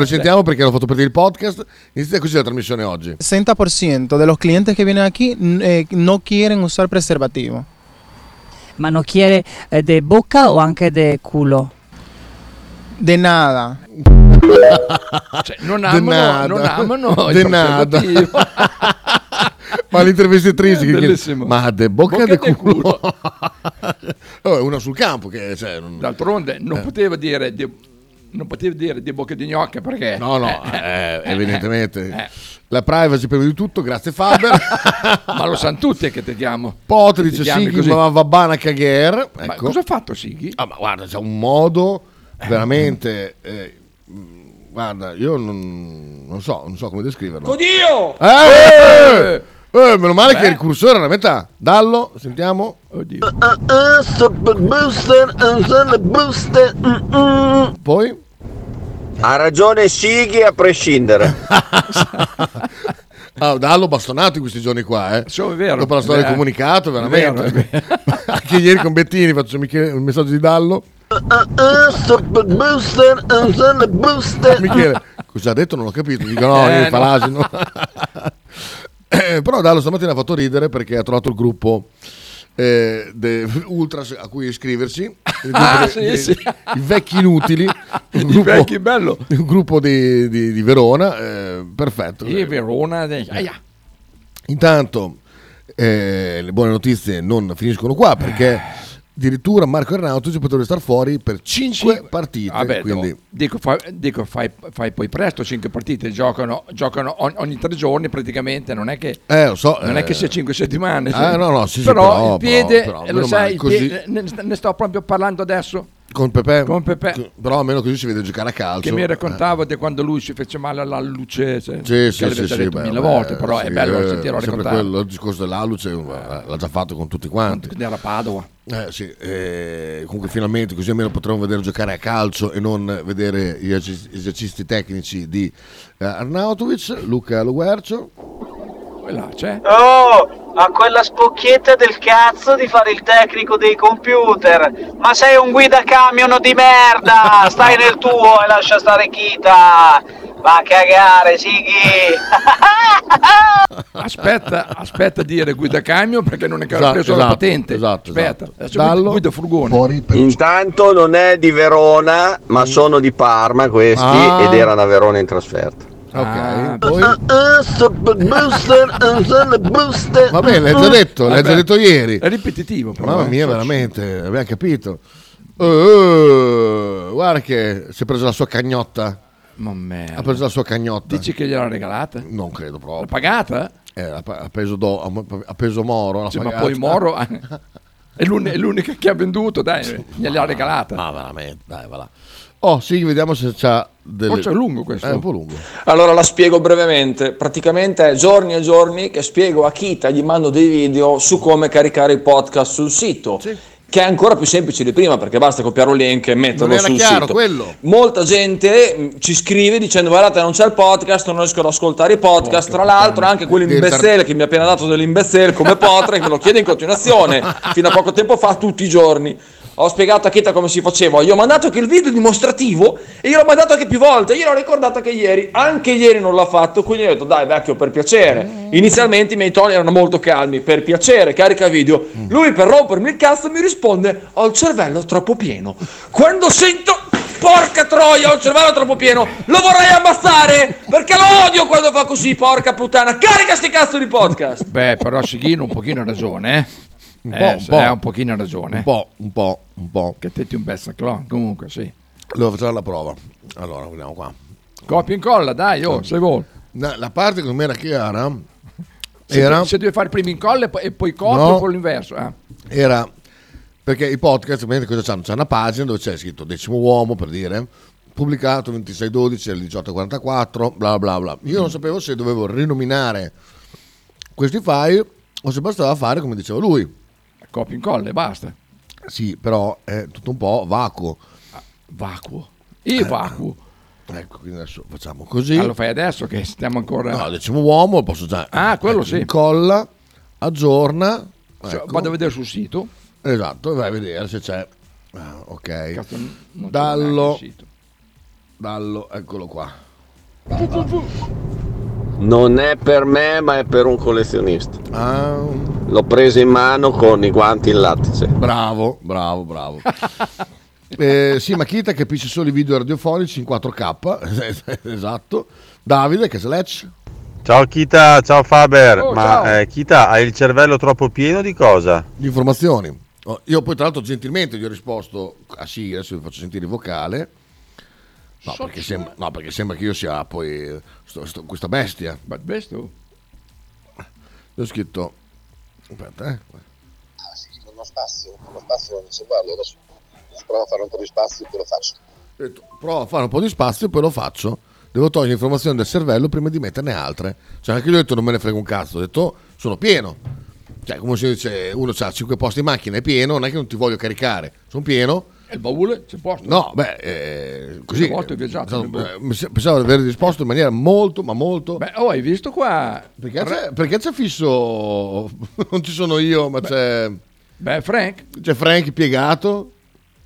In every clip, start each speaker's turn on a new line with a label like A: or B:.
A: Lo sentiamo perché l'ho fatto per il podcast. Inizia così la trasmissione oggi.
B: 60% de los clientes que vienen aquí n- eh, no quieren usar preservativo.
C: Manocchiere eh, de bocca o anche de culo?
B: De nada.
D: Cioè, non amano, non amano il
A: De nada.
D: preservativo.
A: Ma l'intervistatrice che chiede,
D: Bellissimo.
A: ma de bocca,
D: Bocca
A: de
D: de
A: culo. oh, è una sul campo che cioè, non-
D: D'altronde non poteva dire di, non poteva dire di bocca di gnocca perché
A: No, no, eh, evidentemente.
D: eh.
A: La privacy prima di tutto, grazie Faber.
D: ma lo sanno tutti che ti chiamo.
A: Pote
D: Che
A: dice
D: ti chiami
A: Sighi,
D: così.
A: ma va bana cagher.
D: Ma
A: Ecco.
D: cosa ha fatto Sighi?
A: Ah, ma guarda, c'è un modo veramente... eh, mh, guarda, io non, non so, non so come descriverlo. Oddio! Eh, eh, meno male che il cursore era a metà. Dallo, sentiamo.
D: Oddio.
E: Eh,
A: Poi...
E: mm. Ha ragione Sighi a prescindere.
A: Ah, Dallo bastonato in questi giorni qua, eh.
D: Sì, è vero.
A: Dopo la storia del
D: Eh,
A: comunicato, veramente.
D: è vero, è
A: Anche ieri con Bettini faccio Michele- un messaggio di Dallo. Michele, cosa ha detto non l'ho capito. Dico no,
D: Eh,
A: io
D: no.
A: fa l'asino. Eh, Però Dallo stamattina ha fatto ridere perché ha trovato il gruppo eh, de- Ultras a cui iscriverci. Il gruppo
D: Ah,
A: dei-
D: sì,
A: dei-
D: sì.
A: I vecchi inutili. Un
D: I vecchi, bello.
A: un gruppo di, di- di Verona. eh, perfetto.
D: Sì, Verona. eh, aia.
A: Intanto eh, le buone notizie non finiscono qua perché addirittura Marco Arnautovic potrebbe star fuori per 5 partite.
D: Vabbè,
A: quindi
D: devo- dico, fai, dico, fai- fai poi presto, cinque partite, giocano, giocano ogni, ogni tre giorni praticamente, non è che...
A: Eh, lo so,
D: Non
A: eh,
D: è che sia cinque settimane,
A: Ah,
D: sì.
A: no, no, sì, sì,
D: però,
A: però-
D: il piede,
A: però- però,
D: eh,
A: meno
D: lo sai,
A: male,
D: il
A: così-
D: piede- ne, ne sto proprio parlando adesso,
A: con Pepe,
D: Con Pepe.
A: però almeno così si vede giocare a calcio. Eh.
D: che mi raccontavo di quando lui si fece male alla luce, se-
A: Sì,
D: che
A: sì,
D: l'avete
A: sì, sì,
D: detto
A: beh,
D: mille
A: beh,
D: volte, però è
A: sì,
D: bello
A: eh, sempre
D: sentirlo raccontare,
A: quello, il discorso dell'Aluce eh, l'ha già fatto con tutti quanti.
D: quando era a Padova.
A: Eh, sì, eh, comunque finalmente così almeno potremo vedere giocare a calcio e non vedere gli eserci- esercizi tecnici di eh, Arnautovic, Luca Loguercio.
D: Quella c'è.
F: Oh, a quella spocchietta del cazzo di fare il tecnico dei computer. Ma sei un guida camion di merda! Stai nel tuo e lascia stare Kita! Va a cagare, Sighi!
D: Aspetta, aspetta a dire guida camion perché non è ancora
A: Esatto,
D: preso la
A: esatto,
D: patente.
A: esatto,
D: aspetta,
A: esatto.
D: adesso guida-
A: Dallo.
D: guida furgone.
E: Intanto non è di Verona, ma sono di Parma questi
A: Ah.
E: ed erano a Verona in trasferta.
A: Ok,
D: Ah,
A: poi... Vabbè, l'hai già detto, l'hai
D: Ah. Vabbè.
A: già detto ieri.
D: È ripetitivo, però.
A: Mamma
D: eh.
A: mia, veramente, abbiamo capito. Eh, guarda che si è preso la sua cagnotta.
D: Ma
A: Ha
D: merda.
A: preso la sua cagnotta.
D: Dici che gliel'ha regalata? L'ha
A: Non credo proprio.
D: pagata?
A: Eh, ha pa- ha, preso do- ha- ha preso Moro. l'ha
D: Cioè, ma
A: pagata.
D: poi Moro ha- è, l'un- è l'unica che ha venduto, dai, gliel'ha regalata.
A: Ma veramente, dai, va là. Oh, sì, vediamo se c'ha delle... Eh,
D: Forse è lungo questo.
A: È un po' lungo.
G: Allora la spiego brevemente, praticamente è giorni e giorni che spiego a Kita, gli mando dei video su come caricare i podcast sul sito, che è ancora più semplice di prima perché basta copiare un link e
A: Non
G: metterlo
A: era
G: sul
A: chiaro
G: sito.
A: quello.
G: Molta gente mh, ci scrive dicendo guardate non c'è il podcast, non riesco ad ascoltare i podcast, tra l'altro anche quell'imbezzello che mi ha appena dato dell'imbezzello come Potre che me lo chiede in continuazione fino a poco tempo fa tutti i giorni. Ho spiegato a Kita come si faceva, gli ho mandato anche il video dimostrativo e gliel'ho mandato anche più volte, gliel'ho ricordato anche ieri, anche ieri non l'ha fatto, quindi ho detto dai vecchio per
D: Mm.
G: piacere. Inizialmente i miei toni erano molto calmi, per piacere, carica video.
D: Mm.
G: Lui per rompermi il cazzo mi risponde ho il cervello troppo pieno. Quando sento... Porca troia, ho il cervello troppo pieno. Lo vorrei ammazzare perché lo odio quando fa così, porca puttana. Carica sti cazzo di podcast.
D: Beh, però Sighino un pochino ha ragione, eh.
A: Un
D: Eh,
A: po', un
D: se-
A: po'.
D: eh, un pochino ha ragione.
A: Un po', un po', un po'.
D: Che te ti un best clone, comunque, sì.
A: Devo fare la prova. Allora, vediamo qua.
D: Copia e incolla, dai, oh, se vuoi.
A: No, La parte che non mi era chiara
D: Se,
A: era...
D: se devi fare prima incolla e poi, e poi copia
A: No.
D: con l'inverso. eh.
A: era perché i podcast ovviamente cosa c'hanno? C'è una pagina dove c'è scritto decimo uomo per dire pubblicato 2612 alle 1844 bla bla bla io non sapevo se dovevo rinominare questi file o se bastava fare come diceva lui
D: Copia e incolla e basta.
A: sì però è tutto un po' vacuo
D: Ah,
A: Eh,
D: Vacuo. E vacuo.
A: ecco quindi adesso facciamo così
D: Ah, lo fai adesso che stiamo ancora...
A: no decimo uomo posso già
D: Ah, quello sì.
A: incolla aggiorna
D: Cioè,
A: ecco.
D: Vado a vedere sul sito.
A: esatto vai a vedere se c'è Ah, ok
D: Cazzo, non- non c'è neanche
A: dallo
D: il sito.
A: Dallo, eccolo qua.
E: Non è per me, ma è per un collezionista.
A: Ah,
E: L'ho preso in mano con i guanti in lattice.
A: bravo, bravo, bravo. Eh, sì, Makita che capisce solo i video radiofonici in 4K. esatto. Davide che sledge.
H: Ciao Kita, ciao Faber,
D: Oh, ciao.
H: ma eh, Kita hai il cervello troppo pieno di cosa?
A: Di informazioni. Oh, io poi tra l'altro gentilmente gli ho risposto ah sì, adesso vi faccio sentire il vocale. No, perché sembra, no, perché sembra che io sia poi eh, sto- sto- questa bestia.
D: But best tu.
A: Gli ho scritto... Aspetta, eh.
I: uno spazio, uno spazio non c'è guarda, adesso provo a fare un po' di spazio e poi lo faccio.
A: Ho detto, provo a fare un po' di spazio e poi lo faccio. Devo togliere informazioni dal cervello prima di metterne altre. Cioè, anche io ho detto non me ne frega un cazzo, ho detto "Oh, sono pieno. Cioè, come si dice, uno ha 5 posti in macchina, è pieno, non è che non ti voglio caricare, sono pieno.
D: E il baule c'è posto.
A: No, beh, eh, così.
D: Quante volte ho viaggiato?
A: Pensavo, eh, mi se- pensavo di aver risposto in maniera molto, ma molto.
D: Beh, oh, hai visto qua?
A: perché, c'è, perché c'è fisso? non ci sono io, ma c'è,
D: Beh, Frank,
A: c'è Frank piegato.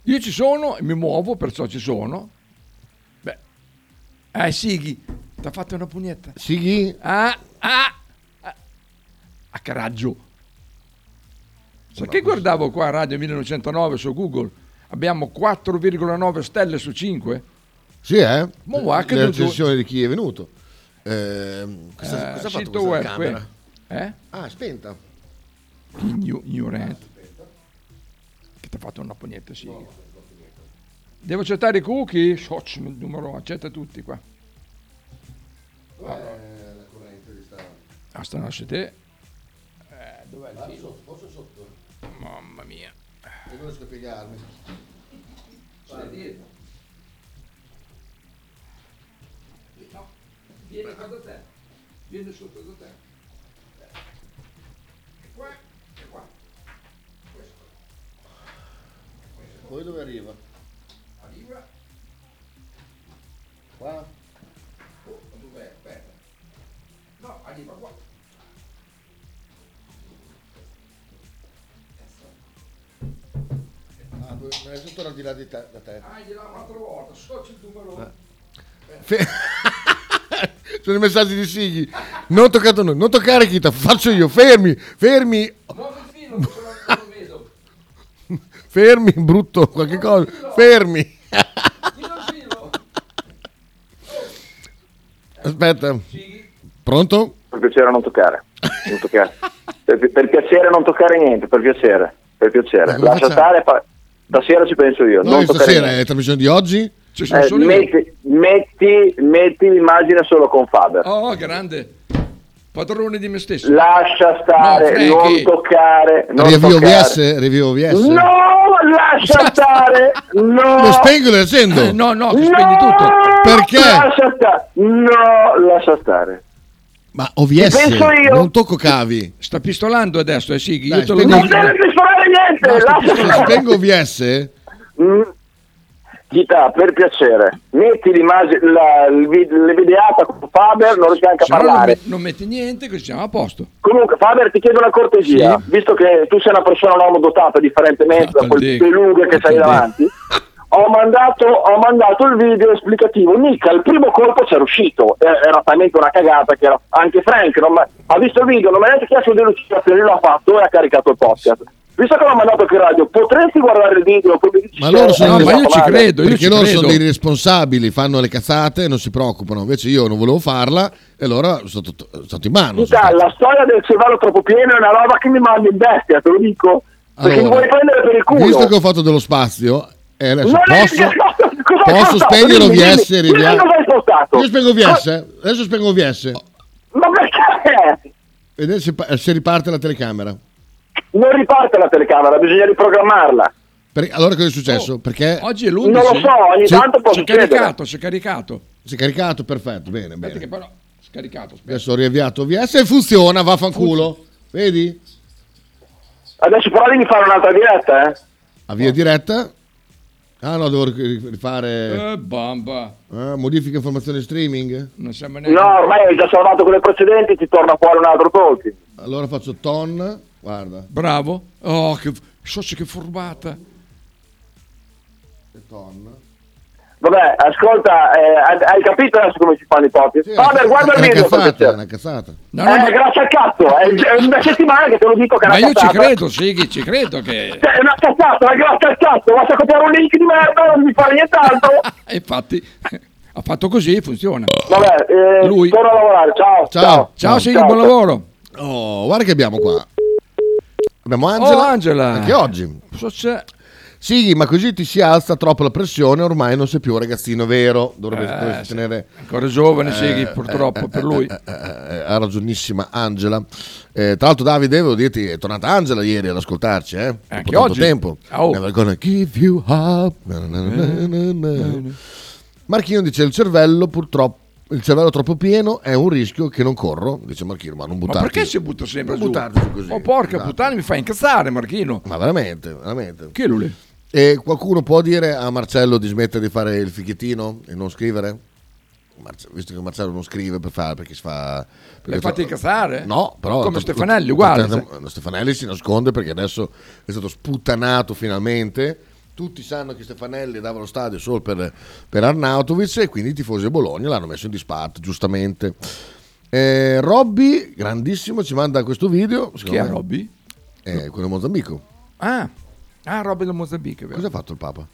D: io ci sono e mi muovo, perciò ci sono. Beh, eh, Sighi, ti ha fatto una pugnetta.
A: Sighi?
D: Ah, ah, ah. a caraggio. Sai che guardavo qua Radio 1909 su Google? Abbiamo 4,9 stelle su 5.
A: Sì, eh?
D: Ma guarda che
A: Le
D: dopo-
A: recensioni di chi è venuto. Ehm, cosa, cosa ha fatto questa
D: sito Eh, web,
A: camera?
D: que- Eh?
A: Ah, spenta.
D: Igno- ignorante. Che ti ha fatto una pugnetta, sì. Devo accettare i cookie? Soc, numero, accetta tutti qua. Ah, stanno su te. Eh, dov'è
A: Ah,
D: il filo? Mamma mia.
A: Non riesco a piegarmi.
D: Viene qua da te. Viene sotto da te. E qua, e qua.
A: Poi dove arriva?
D: Arriva.
A: Qua?
D: Oh, dov'è? Aspetta. No, arriva qua.
A: Ah, poi- ma è tutto al di là di te- da te.
D: Ah, gliela un'altra volta. Soc il numero.
A: Fe- Sono i messaggi di Sighi. Non toccato noi, non toccare Kita, faccio io. Fermi, fermi,
D: Muovi il filo, che sennò non lo vedo.
A: fermi, brutto, qualche cosa. Fermi. Aspetta. Pronto?
I: Per piacere non toccare. Non toccare. per, per piacere non toccare niente, per piacere. Per
A: Ma
I: piacere.
A: come
I: Lascia
A: facciamo?
I: stare, fa- stasera ci penso io.
A: No,
I: non toccare
A: stasera è
I: niente.
A: la trasmissione di oggi.
D: Ci sono
I: Eh,
D: solo io.
I: metti, metti, metti l'immagine solo con Faber.
D: Oh, grande. Padrone di me stesso.
I: Lascia
D: No,
I: stare,
D: Frankie.
I: non toccare. Non
A: Review
I: toccare.
A: OVS, review OVS.
I: No, lascia stare. No.
A: Eh, Lo spengo e lo accendo.
D: Eh, no, no,
I: No,
D: ti spegni tutto.
A: Perché?
I: Lascia stare. No, lascia stare.
A: Ma OVS,
I: Ci penso io.
A: non tocco cavi.
D: Sta pistolando adesso, eh, Sighi.
A: Dai,
D: Io te lo
A: spegni-
I: Non
D: dico.
I: deve pistolare niente.
D: No, sto
I: lascia
A: Se
I: stare.
A: spengo eh. OVS,
I: Mm. Gita, per piacere, metti l'immagine, la, il vid- le videata con Faber, non riesco neanche a
D: Se no non,
I: parlare.
D: met- non metti niente, così siamo a posto.
I: Comunque, Faber, ti chiedo una cortesia,
D: Sì.
I: visto che tu sei una persona non dotata, differentemente
D: Ah,
I: da quel
D: dico.
I: pelughe che
D: Ah,
I: sei
D: dico.
I: davanti. Ho mandato, ho mandato il video esplicativo. Mica il primo colpo c'era uscito. Era, era talmente una cagata che era anche Frank. non mi- ha visto il video, non mi ha neanche chiesto delle lucidazioni. L'ha fatto e ha caricato il podcast. Visto che l'ho mandato anche in radio, potresti guardare il video? Poi mi dici
A: Ma
I: se-
A: loro sono-
I: se
D: No,
A: Sì,
D: ma
I: fa
D: io ci
I: male.
D: credo, io
A: perché
D: ci
A: loro sono dei
D: credo.
A: responsabili, fanno le cazzate, non si preoccupano. Invece io non volevo farla e allora sono tutto- sono stato in mano.
I: Dita, la storia del cervello troppo pieno è una roba che mi manda in bestia, te lo dico. Perché mi
A: Allora,
I: vuoi prendere per il culo.
A: Visto che ho fatto dello spazio, e adesso
I: Non è-
A: posso,
I: cosa hai
A: posso
I: spostato?
A: spegnere
I: Dimmi,
A: OVS e
I: dimmi, dimmi
A: riviamo.
I: cosa hai spostato.
A: Io spengo OVS, eh. adesso spengo OVS.
I: Ma perché?
A: Vedete se, pa- se riparte la telecamera.
I: Non riparte la telecamera, bisogna riprogrammarla.
A: Per- allora cosa è successo? Perché
D: Oh, Oggi è l'11.
I: Non lo so, ogni
A: Sì,
I: tanto può
D: Si è
I: succedere.
D: caricato, si è caricato.
A: si è caricato, perfetto, bene,
D: Aspetta
A: bene.
D: che però... Scaricato, aspetta.
A: Adesso ho riavviato OVS e funziona, vaffanculo. Vedi?
I: Adesso però devi fare un'altra diretta, eh.
A: Avvia
D: Oh.
A: diretta. Ah no, devo ri- rifare
D: Eh, bamba.
A: eh, modifica informazioni streaming.
D: Non siamo neanche...
I: No, ormai hai già salvato quelle precedenti, ti torna fuori un altro talking.
A: Allora faccio ton, guarda,
D: Bravo. Oh, che... Socio, che furbata.
A: ton.
I: Vabbè, ascolta, eh, hai- hai capito adesso come si fanno i podcast? Faber, Eh, guarda il
A: È
I: video.
A: una
I: per
A: cazzata, è
I: piacere.
A: una cazzata.
D: No, no,
I: eh,
D: ma-
I: grazie al cazzo, è, è una settimana che te lo dico che è
D: Ma
I: una
D: io ci
I: cazzata.
D: credo, Sighi, ci credo che...
I: Cioè, È una cazzata, è grazie al cazzo, basta copiare un link di merda, non mi fa nient'altro.
D: E eh, infatti ha fatto così, funziona.
I: Vabbè, eh,
D: Lui.
I: torno a lavorare, ciao.
A: Ciao.
D: Ciao Sighi,
I: ciao.
D: buon lavoro.
A: Oh, guarda che abbiamo qua. Abbiamo Angela.
D: Oh, Angela.
A: Anche oggi.
D: So se-
A: Sì, ma così ti si alza troppo la pressione, ormai non sei più un ragazzino vero. Dovrebbe dovresti tenere.
D: Eh, Ancora giovane Sighi,
A: eh,
D: purtroppo,
A: eh,
D: per
A: eh,
D: lui.
A: eh, eh, eh, ha ragionissima Angela. Eh, tra l'altro, Davide, devo dirti, è tornata Angela ieri ad ascoltarci, eh? Dopo
D: Anche
A: tanto
D: oggi.
A: tempo. Eh,
D: Oh.
A: Never gonna give you up. Na, na, na, na, na, na. Marchino dice: il cervello purtroppo. Il cervello troppo pieno è un rischio che non corro, dice Marchino, ma non
D: Ma
A: buttarti.
D: perché si butta sempre
A: Non
D: giù?
A: buttarti giù così.
D: Oh porca
A: Esatto.
D: puttana, mi fa incazzare Marchino.
A: Ma veramente, veramente.
D: Che lui?
A: E qualcuno può dire a Marcello di smettere di fare il fichettino e non scrivere? Marce- visto che Marcello non scrive per fare perché si fa.
D: L'hai
A: perché
D: fatto
A: fa-
D: incazzare?
A: No, però.
D: Come
A: tra-
D: Stefanelli,
A: tra-
D: uguale.
A: tra- tra- Stefanelli si nasconde perché adesso è stato sputtanato finalmente. Tutti sanno che Stefanelli dava lo stadio solo per, per Arnautovic e quindi i tifosi di Bologna l'hanno messo in disparte, giustamente. Eh, Robby, grandissimo, ci manda questo video.
D: Chi
A: secondo
D: è
A: me-
D: Robby?
A: eh, quello di Mozambico.
D: Ah, ah Robby del Mozambico, è vero?
A: Cosa ha fatto il Papa?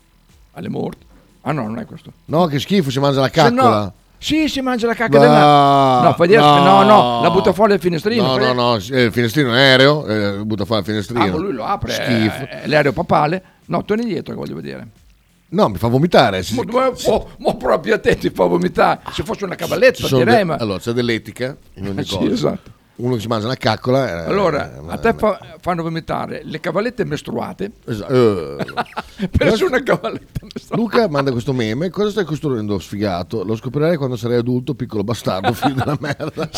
D: Alle morte. Ah no, non è questo.
A: No, che schifo, si mangia la
D: Se
A: caccola.
D: no- sì, si mangia la cacca
A: No,
D: della... No, fai dire- no, no, la butta fuori dal finestrino.
A: No, no,
D: fai-
A: no, eh, il finestrino è aereo, eh, butta fuori il finestrino.
D: Ah, ma lui lo apre,
A: Schifo.
D: eh, l'aereo papale. No, torni indietro che voglio vedere.
A: No, mi fa vomitare. Ci-
D: Ma dove- oh, ma proprio a te ti fa vomitare. Se fosse una
A: ci
D: cavalletta
A: sono
D: direi,
A: de-
D: ma...
A: Allora, c'è dell'etica in ogni
D: Sì,
A: cosa.
D: esatto.
A: Uno che si mangia una caccola. eh,
D: Allora,
A: eh,
D: a te fa- fanno vomitare le cavallette mestruate
A: esatto, eh.
D: per una cavalletta mestruata.
A: Luca manda questo meme. Cosa stai costruendo, sfigato? Lo scoprirai quando sarai adulto, piccolo bastardo, figlio della merda.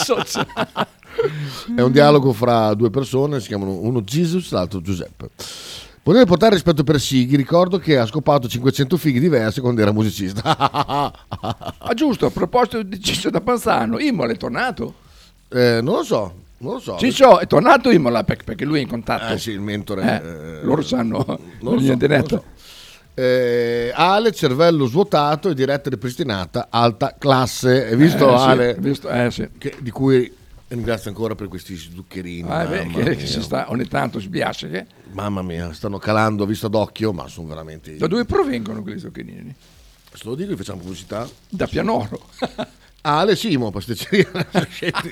A: È un dialogo fra due persone, si chiamano uno Jesus, l'altro Giuseppe. Potevo portare rispetto per Sighi, ricordo che ha scopato 500 fighi diverse quando era musicista.
D: Ah, giusto, a proposito di Ciccio da Panzano, Imola è tornato.
A: Eh, non lo so, non lo so.
D: Ciccio è tornato Imola perché, perché lui è in contatto.
A: Eh sì, il mentore.
D: Eh,
A: eh,
D: loro sanno,
A: non
D: non
A: lo
D: gli
A: so,
D: è di
A: non lo
D: netto.
A: so. Eh, Ale, cervello svuotato e diretta ripristinata, alta classe. Hai visto
D: Eh, sì,
A: Ale?
D: visto- eh, sì.
A: Che- di cui ringrazio ancora per questi zuccherini.
D: Ah, beh,
A: mamma,
D: che,
A: mia.
D: che si sta ogni tanto sbiasce. Che...
A: Mamma mia, stanno calando a vista d'occhio, ma sono veramente...
D: Da dove provengono quegli zucchini?
A: Se lo dico, gli facciamo pubblicità.
D: Da Pianoro.
A: Ale Simo, pasticceria. Scendi.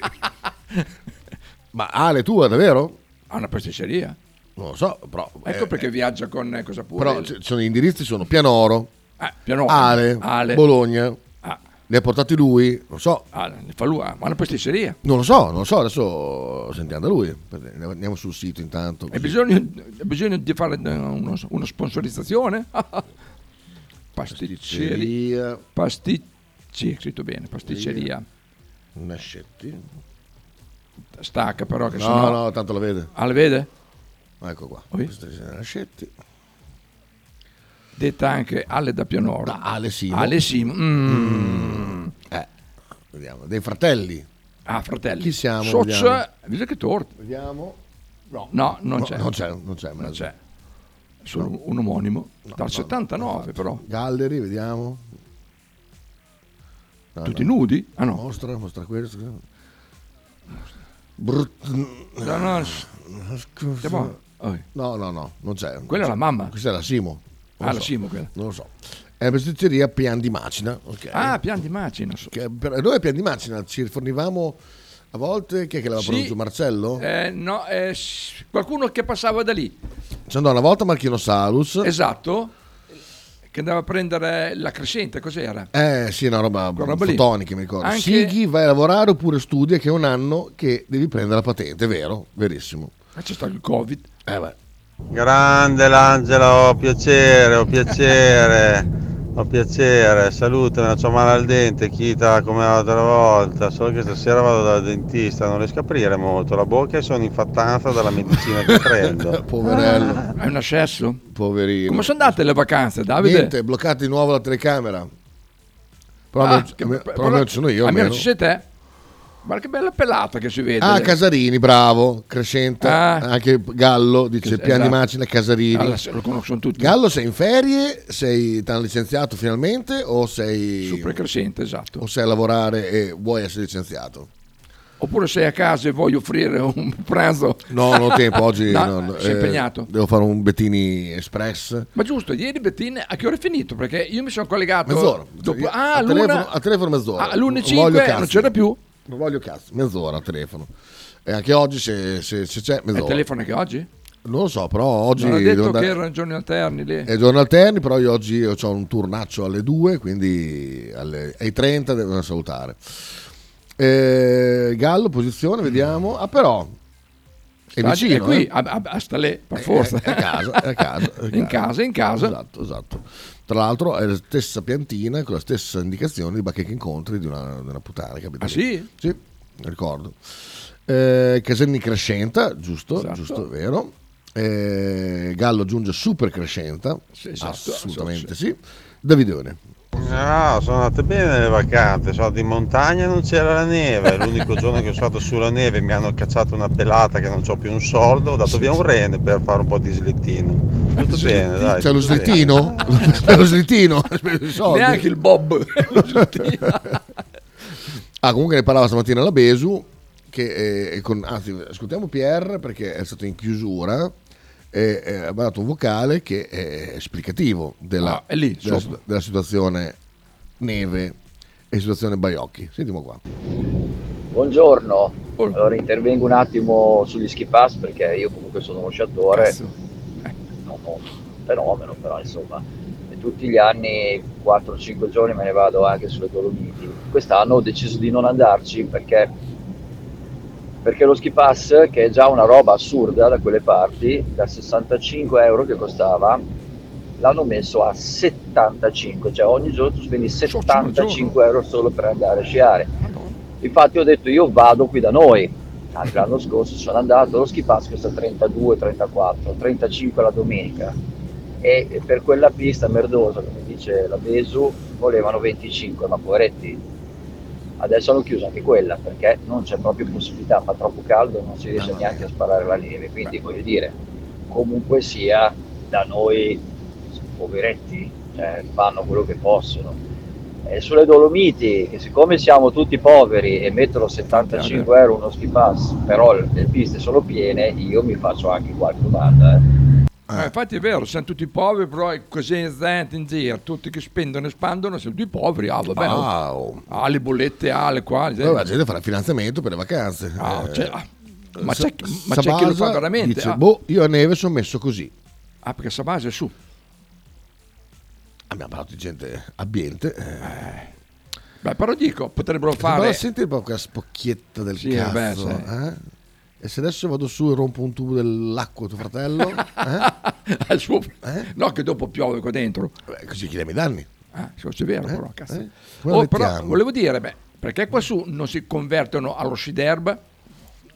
A: ma Ale, tu davvero?
D: Ha una pasticceria.
A: Non lo so, però...
D: Ecco
A: eh,
D: perché viaggia con eh, cosa pure.
A: Però cioè, ci ci sono gli indirizzi, sono Pianoro,
D: Ah, Pianoro.
A: Ale,
D: Ale.
A: Bologna,
D: Ah,
A: li ha portati lui, non so,
D: Ale, ne fa lui, ah, ma una pasticceria.
A: non lo so, non lo so, adesso sentiamo da lui, andiamo sul sito intanto.
D: Hai
A: così.
D: bisogno, hai bisogno di fare eh, uno- una sponsorizzazione? pasticceria.
A: Pizzeria
D: Pasticceria, scritto bene, pasticceria.
A: Nascetti.
D: Stacca però che
A: No,
D: sono...
A: no, tanto la vede.
D: Ah, le vede?
A: Ecco qua.
D: Ho visto.
A: Pizzeria Nascetti.
D: Detta anche Ale da Pianoro.
A: Da Ale Simo.
D: Ale Sim. mm.
A: Eh, vediamo, dei fratelli.
D: Ah, fratelli.
A: Chi siamo,
D: Socia...
A: vediamo?
D: Vedi che torta.
A: Vediamo. No,
D: No, non
A: No,
D: c'è.
A: non c'è, non c'è.
D: Non c'è. Solo un omonimo. dal 79 però.
A: Gallery, vediamo. No,
D: Tutti nudi? Ah no.
A: Mostra, mostra questo. Brut-
D: No, no, s- stiamo- oh,
A: No, no, no, non c'è.
D: Quella è la mamma.
A: Questa è la Simo. Non
D: Ah,
A: lo
D: la
A: so,
D: Simo quella.
A: Non lo so. È una pasticceria Pian di Macina. ok.
D: Ah, pian di macina. so-
A: Che per- noi a Pian di Macina ci fornivamo a volte. Chi è che l'aveva
D: Sì.
A: prodotto? Marcello?
D: Eh, no, eh, s- qualcuno che passava da lì.
A: Ci andò una volta Marchino Salus.
D: Esatto. Che andava a prendere la crescente, cos'era?
A: eh sì, una roba
D: Quella roba lì.
A: fotonica, mi ricordo.
D: Anche-
A: Sighi, vai a lavorare oppure studia che è un anno che devi prendere la patente, vero? Verissimo.
D: Ah, c'è stato il Covid.
A: Eh beh.
H: Grande l'Angela, ho piacere, ho piacere. Ho piacere, salutamela, c'ho male al dente, chita come l'altra volta, solo che stasera vado dal dentista, non riesco a aprire molto la bocca e sono in fattanza dalla medicina che prendo.
A: Poverello,
D: Hai un accesso?
A: poverino.
D: Come sono andate le vacanze, Davide?
A: Niente, bloccate di nuovo la telecamera. Però,
D: Ah,
A: almeno-
D: che-
A: almeno-
D: però-
A: però almeno ci sono io.
D: almeno
A: almeno.
D: ci sei te. Guarda che bella pelata che si vede.
A: Ah, Casarini, bravo, Crescenta,
D: Ah.
A: anche Gallo, dice
D: Cas-
A: Piani
D: esatto.
A: Macina, Casarini.
D: Allora, se lo conoscono tutti.
A: Gallo, sei in ferie? Sei t'hanno licenziato finalmente o sei
D: Super crescente, esatto.
A: o sei a lavorare e vuoi essere licenziato?
D: Oppure sei a casa e voglio offrire un pranzo.
A: No, non ho tempo oggi.
D: No,
A: no, no,
D: sei
A: eh,
D: impegnato.
A: Devo fare un Bettini Express.
D: Ma giusto, ieri Bettina, a che ora è finito? Perché io mi sono collegato.
A: Mezz'ora.
D: dopo-
A: Io-
D: ah,
A: a,
D: l'una-
A: telefono, a telefono mezz'ora.
D: Ah, l'una e
A: Non voglio
D: cinque,
A: cazzi.
D: non c'era più.
A: Non voglio cazzo, mezz'ora a telefono. E anche oggi se, se- se c'è
D: È il
A: mezz'ora.
D: telefono che oggi?
A: Non lo so, però Esatto. oggi
D: Non ha
A: devo
D: detto
A: andare-
D: che erano giorni alterni lì.
A: È giorno alterni, però io oggi ho un turnaccio alle 2, quindi alle, ai 30 devono salutare. Eh, Gallo, posizione, vediamo. Ah, però è
D: Sta-
A: vicino.
D: è qui,
A: eh.
D: a, a, a- sta lì, per
A: È-
D: forza.
A: È, a casa, è a casa. è a
D: In casa, in casa.
A: Esatto, esatto. Tra l'altro è la stessa piantina con la stessa indicazione di bacheca incontri di una, di una puttana. Capito?
D: Ah, sì?
A: Sì, ricordo. Eh, Casenni Crescenta, giusto,
D: Esatto.
A: giusto, è vero. Eh, Gallo aggiunge Super Crescenta,
D: Sì, esatto,
A: assolutamente sì. Davidone,
H: No, sono andate bene le vacanze, sono andato in montagna e non c'era la neve, l'unico giorno che sono stato sulla neve mi hanno cacciato una pelata che non ho più un soldo, ho dato via un rene per fare un po' di slittino. Tutto bene, dai.
A: c'è lo
H: tutto bene.
A: slittino? C'è lo slittino? Ha speso i soldi?
D: Neanche il Bob.
A: Ah, comunque ne parlava stamattina la Besu. Che eh, con, anzi, ascoltiamo Pierre perché è stato in chiusura e eh, ha dato un vocale che è esplicativo della,
D: Ah, è lì,
A: della,
D: sopra.
A: della situazione neve e situazione Baiocchi. Sentimo qua.
D: Eh.
J: Buongiorno,
D: Oh.
J: allora intervengo un attimo sugli ski pass perché io comunque sono uno sciatore, non un fenomeno però insomma, e tutti gli anni 4-5 giorni me ne vado anche sulle Dolomiti. Quest'anno ho deciso di non andarci perché, perché lo ski pass, che è già una roba assurda da quelle parti, da 65 euro che costava, l'hanno messo a 75, cioè ogni giorno tu spendi
D: Sono
J: 75 euro solo per andare a sciare. Infatti ho detto io vado qui da noi. Anche l'anno scorso sono andato, lo ski pass costa 32, 34, 35 la domenica e per quella pista merdosa, come dice la Besu, volevano 25, ma poveretti, adesso hanno chiuso anche quella perché non c'è proprio possibilità, fa troppo caldo, non si riesce
A: Mamma
J: neanche
A: mia.
J: a sparare la neve, quindi voglio dire, comunque sia, da noi, poveretti, cioè, fanno quello che possono. E eh, sulle Dolomiti, che siccome siamo tutti poveri e mettono 75 euro uno ski pass, però le le piste sono piene, io mi faccio anche qualche domanda. eh.
D: Eh, infatti è vero, siamo tutti poveri, però è così gente in giro, tutti che spendono e spandono, siamo tutti poveri. Ah, vabbè, oh.
A: Wow.
D: ah, le bollette, ah, le quali.
A: Allora la gente farà finanziamento per le vacanze.
D: Ah,
A: Eh,
D: cioè, ah, ma,
A: Sa-
D: c'è, chi- ma c'è chi lo fa
A: Sabasa
D: veramente?
A: Dice,
D: ah,
A: boh, io a neve sono messo così.
D: ah, perché sta base è su.
A: Abbiamo parlato di gente ambiente. eh.
D: Beh, però dico, potrebbero
A: Però
D: fare...
A: senti proprio quella spocchietta del
D: Sì,
A: cazzo.
D: vabbè, sai.
A: eh? E se adesso vado su e rompo un tubo dell'acqua a tuo fratello, eh?
D: al suo-
A: Eh?
D: No, che dopo piove qua dentro.
A: Beh, così chiediamo i danni.
D: Ah, se fosse vero,
A: Eh,
D: però, cazzo.
A: eh. Come
D: Oh,
A: la
D: però
A: mettiamo?
D: volevo dire, beh, perché qua su non si convertono allo sci d'erba?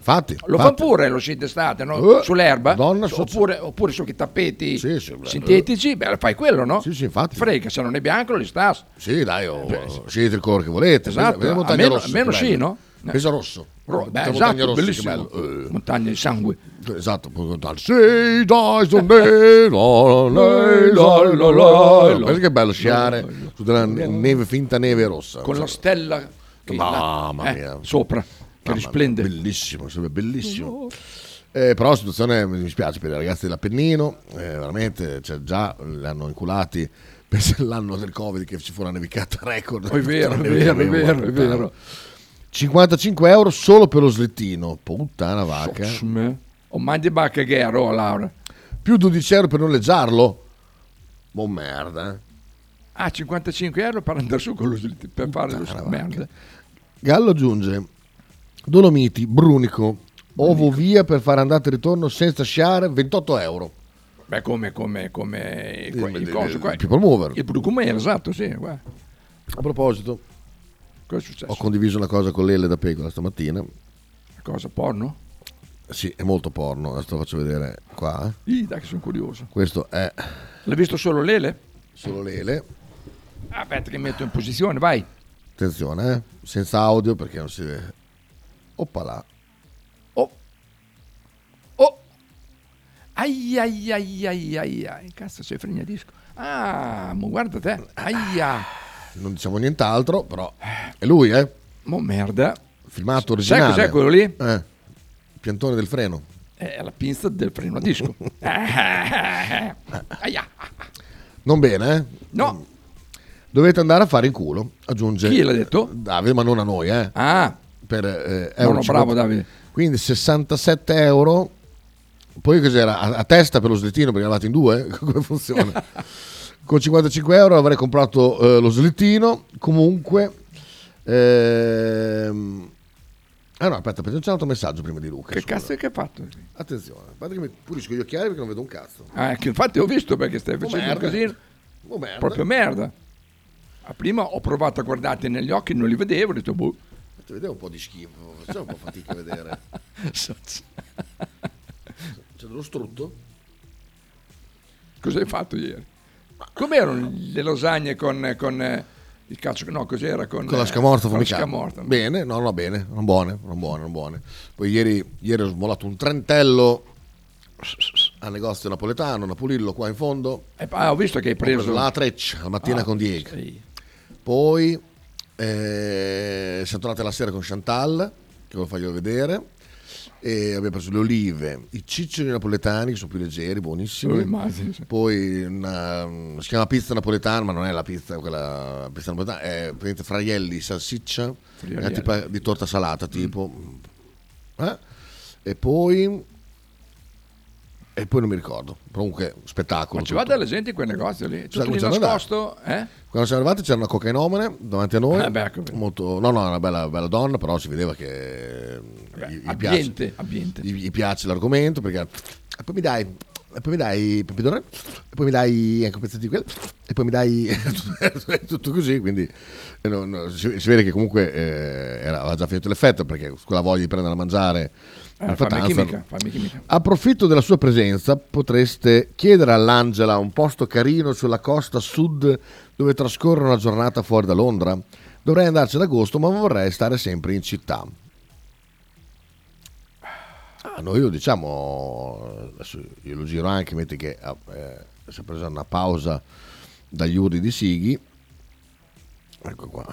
A: Fatti.
D: Lo
A: fatti.
D: fanno pure lo sci d'estate, no?
A: Eh,
D: Sull'erba?
A: Madonna,
D: Su-
A: so-
D: oppure, oppure su che tappeti
A: Sì, sì, beh,
D: sintetici? Beh, fai quello, no?
A: Sì, sì, infatti.
D: Frega, se non è bianco, li sta. Cioè,
A: Sì, dai, oh, scegliete il colore che volete. Pensa-
D: Esatto,
A: pensa
D: a
A: montagna
D: meno-
A: rossa,
D: meno
A: che
D: sì,
A: bello.
D: no?
A: Pensa rosso.
D: Ro- beh,
A: Pensa montagna
D: esatto,
A: rossa, che
D: bellissimo.
A: bello. Eh,
D: Montagna di sangue.
A: Esatto, puoi cantare Sei dai, son dei, la, la, la, la, la, la. Pensa che bello sciare su della ne- neve, finta neve rossa.
D: Con la stella che
A: Mamma
D: eh,
A: mia.
D: sopra, che
A: Mamma mia,
D: risplende.
A: Bellissimo, sembra bellissimo. Eh, però la situazione mi dispiace per i ragazzi dell'Appennino, eh, veramente cioè, già li hanno inculati per l'anno del Covid che ci fu una nevicata record.
D: Oh, è vero, è
A: Una
D: vero, è
A: nevicata
D: vero, è
A: record.
D: vero.
A: 55 euro solo per lo slittino, puttana vacca.
D: Sozzme. Oh, mandi bacca che era, oh, Laura.
A: Più 12 euro per noleggiarlo? Buon merda. eh.
D: Ah, 55 euro per andare su con lo slit- per fare lo slit- merda.
A: Gallo aggiunge Dolomiti, Brunico, Ovo via per fare andata e ritorno senza sciare 28 euro.
D: Beh, come, come, come il, il,
A: il-
D: coso
A: il-
D: qua.
A: il people mover.
D: Il Brucumè, esatto, sì. Guarda.
A: A proposito,
D: Cosa è
A: ho
D: successo?
A: condiviso una cosa con Lele da Pecora stamattina.
D: Cosa, porno?
A: Sì, è molto porno, adesso lo faccio vedere qua. eh.
D: Ih, dai che sono curioso.
A: Questo è
D: L'ha visto solo Lele?
A: solo Lele.
D: Ah, Aspetta che metto in posizione, vai.
A: Attenzione, eh, senza audio perché non si vede. Oppala.
D: Oh! Ai ai ai ai ai ai. Cazzo, sei fregnadisco. Ah, ma guarda te. Aia.
A: Non diciamo nient'altro, però è lui, eh?
D: Mo merda.
A: Filmato
D: Sai
A: originale.
D: cos'è quello lì? Eh,
A: Eh. Piantone del freno.
D: È la pinza del freno a disco.
A: Eh.
D: Aia.
A: Non bene, eh?
D: No,
A: Dovete andare a fare in culo, aggiunge.
D: Chi l'ha detto?
A: Davide, ma non a noi, eh?
D: Ah,
A: Per, eh,
D: no, no,
A: €50.
D: bravo Davide.
A: Quindi 67 euro. Poi cos'era? A, a testa per lo slittino perché eravate in due? eh? Come funziona? Con 55 euro avrei comprato eh, lo slittino. Comunque... ehm, Ah no, aspetta, perché c'è un altro messaggio prima di Luca.
D: Che
A: scusa.
D: cazzo è che ha fatto?
A: Attenzione, guarda che mi pulisco gli occhiali perché non vedo un cazzo.
D: Ah, che infatti ho visto perché stai
A: Oh,
D: facendo un
A: merda.
D: casino.
A: Oh, merda.
D: Proprio merda. Ah, Prima ho provato a guardarti negli occhi, non li vedevo, ho detto boh.
A: Ti vedevo un po' di schifo, facciamo un po' fatica a vedere. C'è dello strutto?
D: Cosa hai fatto ieri? Com'erano le lasagne con, con eh, il cazzo? No, cos'era? Con,
A: Con la
D: eh,
A: scamorza
D: con la
A: fumicata.
D: scamorza.
A: Bene, no, no, bene, non buone, non buone, non buone. Poi ieri, ieri ho smolato un trentello al negozio napoletano, Napulillo qua in fondo.
D: Eh, ah, ho visto che hai
A: Ho preso,
D: preso.
A: la treccia la mattina
D: Ah,
A: con Diego.
D: sì.
A: Poi eh, siamo tornati la sera con Chantal, che ve lo voglio vedere. E abbiamo preso le olive, i ciccioli napoletani che sono più leggeri, buonissimi.
D: Oh, immagino, sì.
A: Poi una- si chiama pizza napoletana, ma non è la pizza, quella pizza napoletana, è praticamente fraielli, salsiccia,
D: Fraielli.
A: una tipa di torta
D: Mm.
A: salata tipo. Eh? E poi. E poi non mi ricordo. Comunque, spettacolo.
D: Ma ci
A: tutto.
D: va della gente in quel negozio lì?
A: Sai
D: Tutto
A: come
D: lì
A: c'è da
D: nascosto? Eh?
A: Quando siamo arrivati c'era una cocainomane davanti a noi.
D: Ah, beh, ecco.
A: Molto- no, no, una bella, bella donna, però si vedeva che eh, gli, gli piace,
D: Ambiente, ambiente.
A: gli- gli piace l'argomento perché... E poi mi dai... E poi mi dai pomidoro, e poi mi dai anche un pezzettino di quello, e poi mi dai tutto così, quindi eh, no, no, si, si vede che comunque eh, era, aveva già finito l'effetto perché quella voglia di prendere a mangiare
D: Eh,
A: mi fa
D: fammi
A: tanza.
D: chimica, fammi chimica.
A: Approfitto della sua presenza, potreste chiedere all'Angela un posto carino sulla costa sud dove trascorre una giornata fuori da Londra. Dovrei andarci ad agosto, ma vorrei stare sempre in città. Ah, noi lo diciamo, adesso io lo giro anche, metti che ah, eh, si è presa una pausa dagli urli di Sighi. Ecco qua.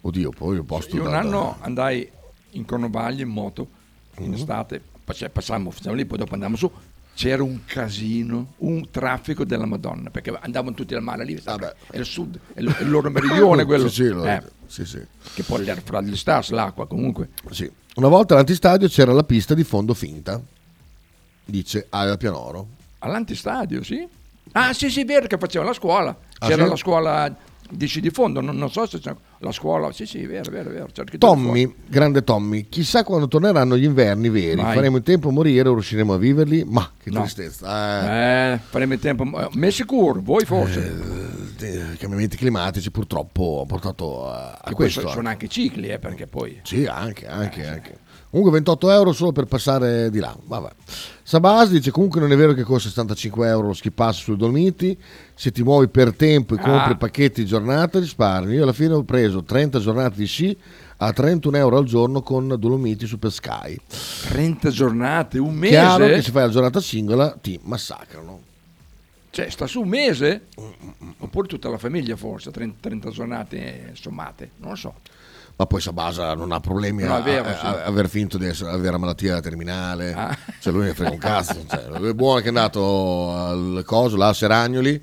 A: Oddio, poi il posto...
D: Mm. Cioè, Io un
A: da- da- Mm-hmm.
D: anno andai in Cornovaglia in moto in estate, pass- passammo, facciamo lì, poi dopo andammo su. C'era un casino, un traffico della Madonna, perché andavano tutti al mare lì,
A: Ah, beh. eh.
D: è il sud, è il, è il loro meridione quello.
A: Sì, sì, lo-
D: Eh,
A: sì, sì.
D: che poi era fra gli stars, l'acqua comunque.
A: Sì. Una volta all'antistadio c'era la pista di fondo finta, dice Aria Pianoro.
D: All'antistadio, sì? Ah, sì, sì, è vero che faceva la scuola.
A: Ah,
D: C'era
A: sì?
D: la scuola, dici di fondo, non, non so se c'è la scuola. Sì, sì, è vero, è vero, è vero. c'era architetto fuori.
A: Tommy, grande Tommy, chissà quando torneranno gli inverni veri,
D: Mai.
A: faremo in tempo a morire o riusciremo a viverli, ma che
D: No.
A: tristezza. Eh,
D: Eh, faremo il tempo. eh, Me sicuro, voi forse.
A: eh, I cambiamenti climatici purtroppo hanno portato a, a
D: Che poi
A: questo.
D: so- sono anche cicli, eh, perché poi.
A: Sì,
D: Eh,
A: anche, anche, anche. Comunque 28 euro solo per passare di là. Vabbè. Sabas dice comunque non è vero che costa 75 euro lo ski pass sui Dolomiti, se ti muovi per tempo e compri
D: Ah.
A: pacchetti di giornata risparmi. Io alla fine ho preso 30 giornate di sci a 31 euro al giorno con Dolomiti Super Sky.
D: 30 giornate, un mese.
A: Chiaro che se fai la giornata singola ti massacrano.
D: Cioè, sta su un mese? Oppure tutta la famiglia, forse. 30, 30 giornate eh, sommate, non lo so.
A: Ma poi Sabasa non ha problemi
D: No,
A: a,
D: è vero,
A: a-
D: sì.
A: a- aver finto di essere- avere la malattia terminale.
D: Ah.
A: Cioè lui ne frega un cazzo. Cioè, lui è buono che è andato al coso, là a Seragnoli,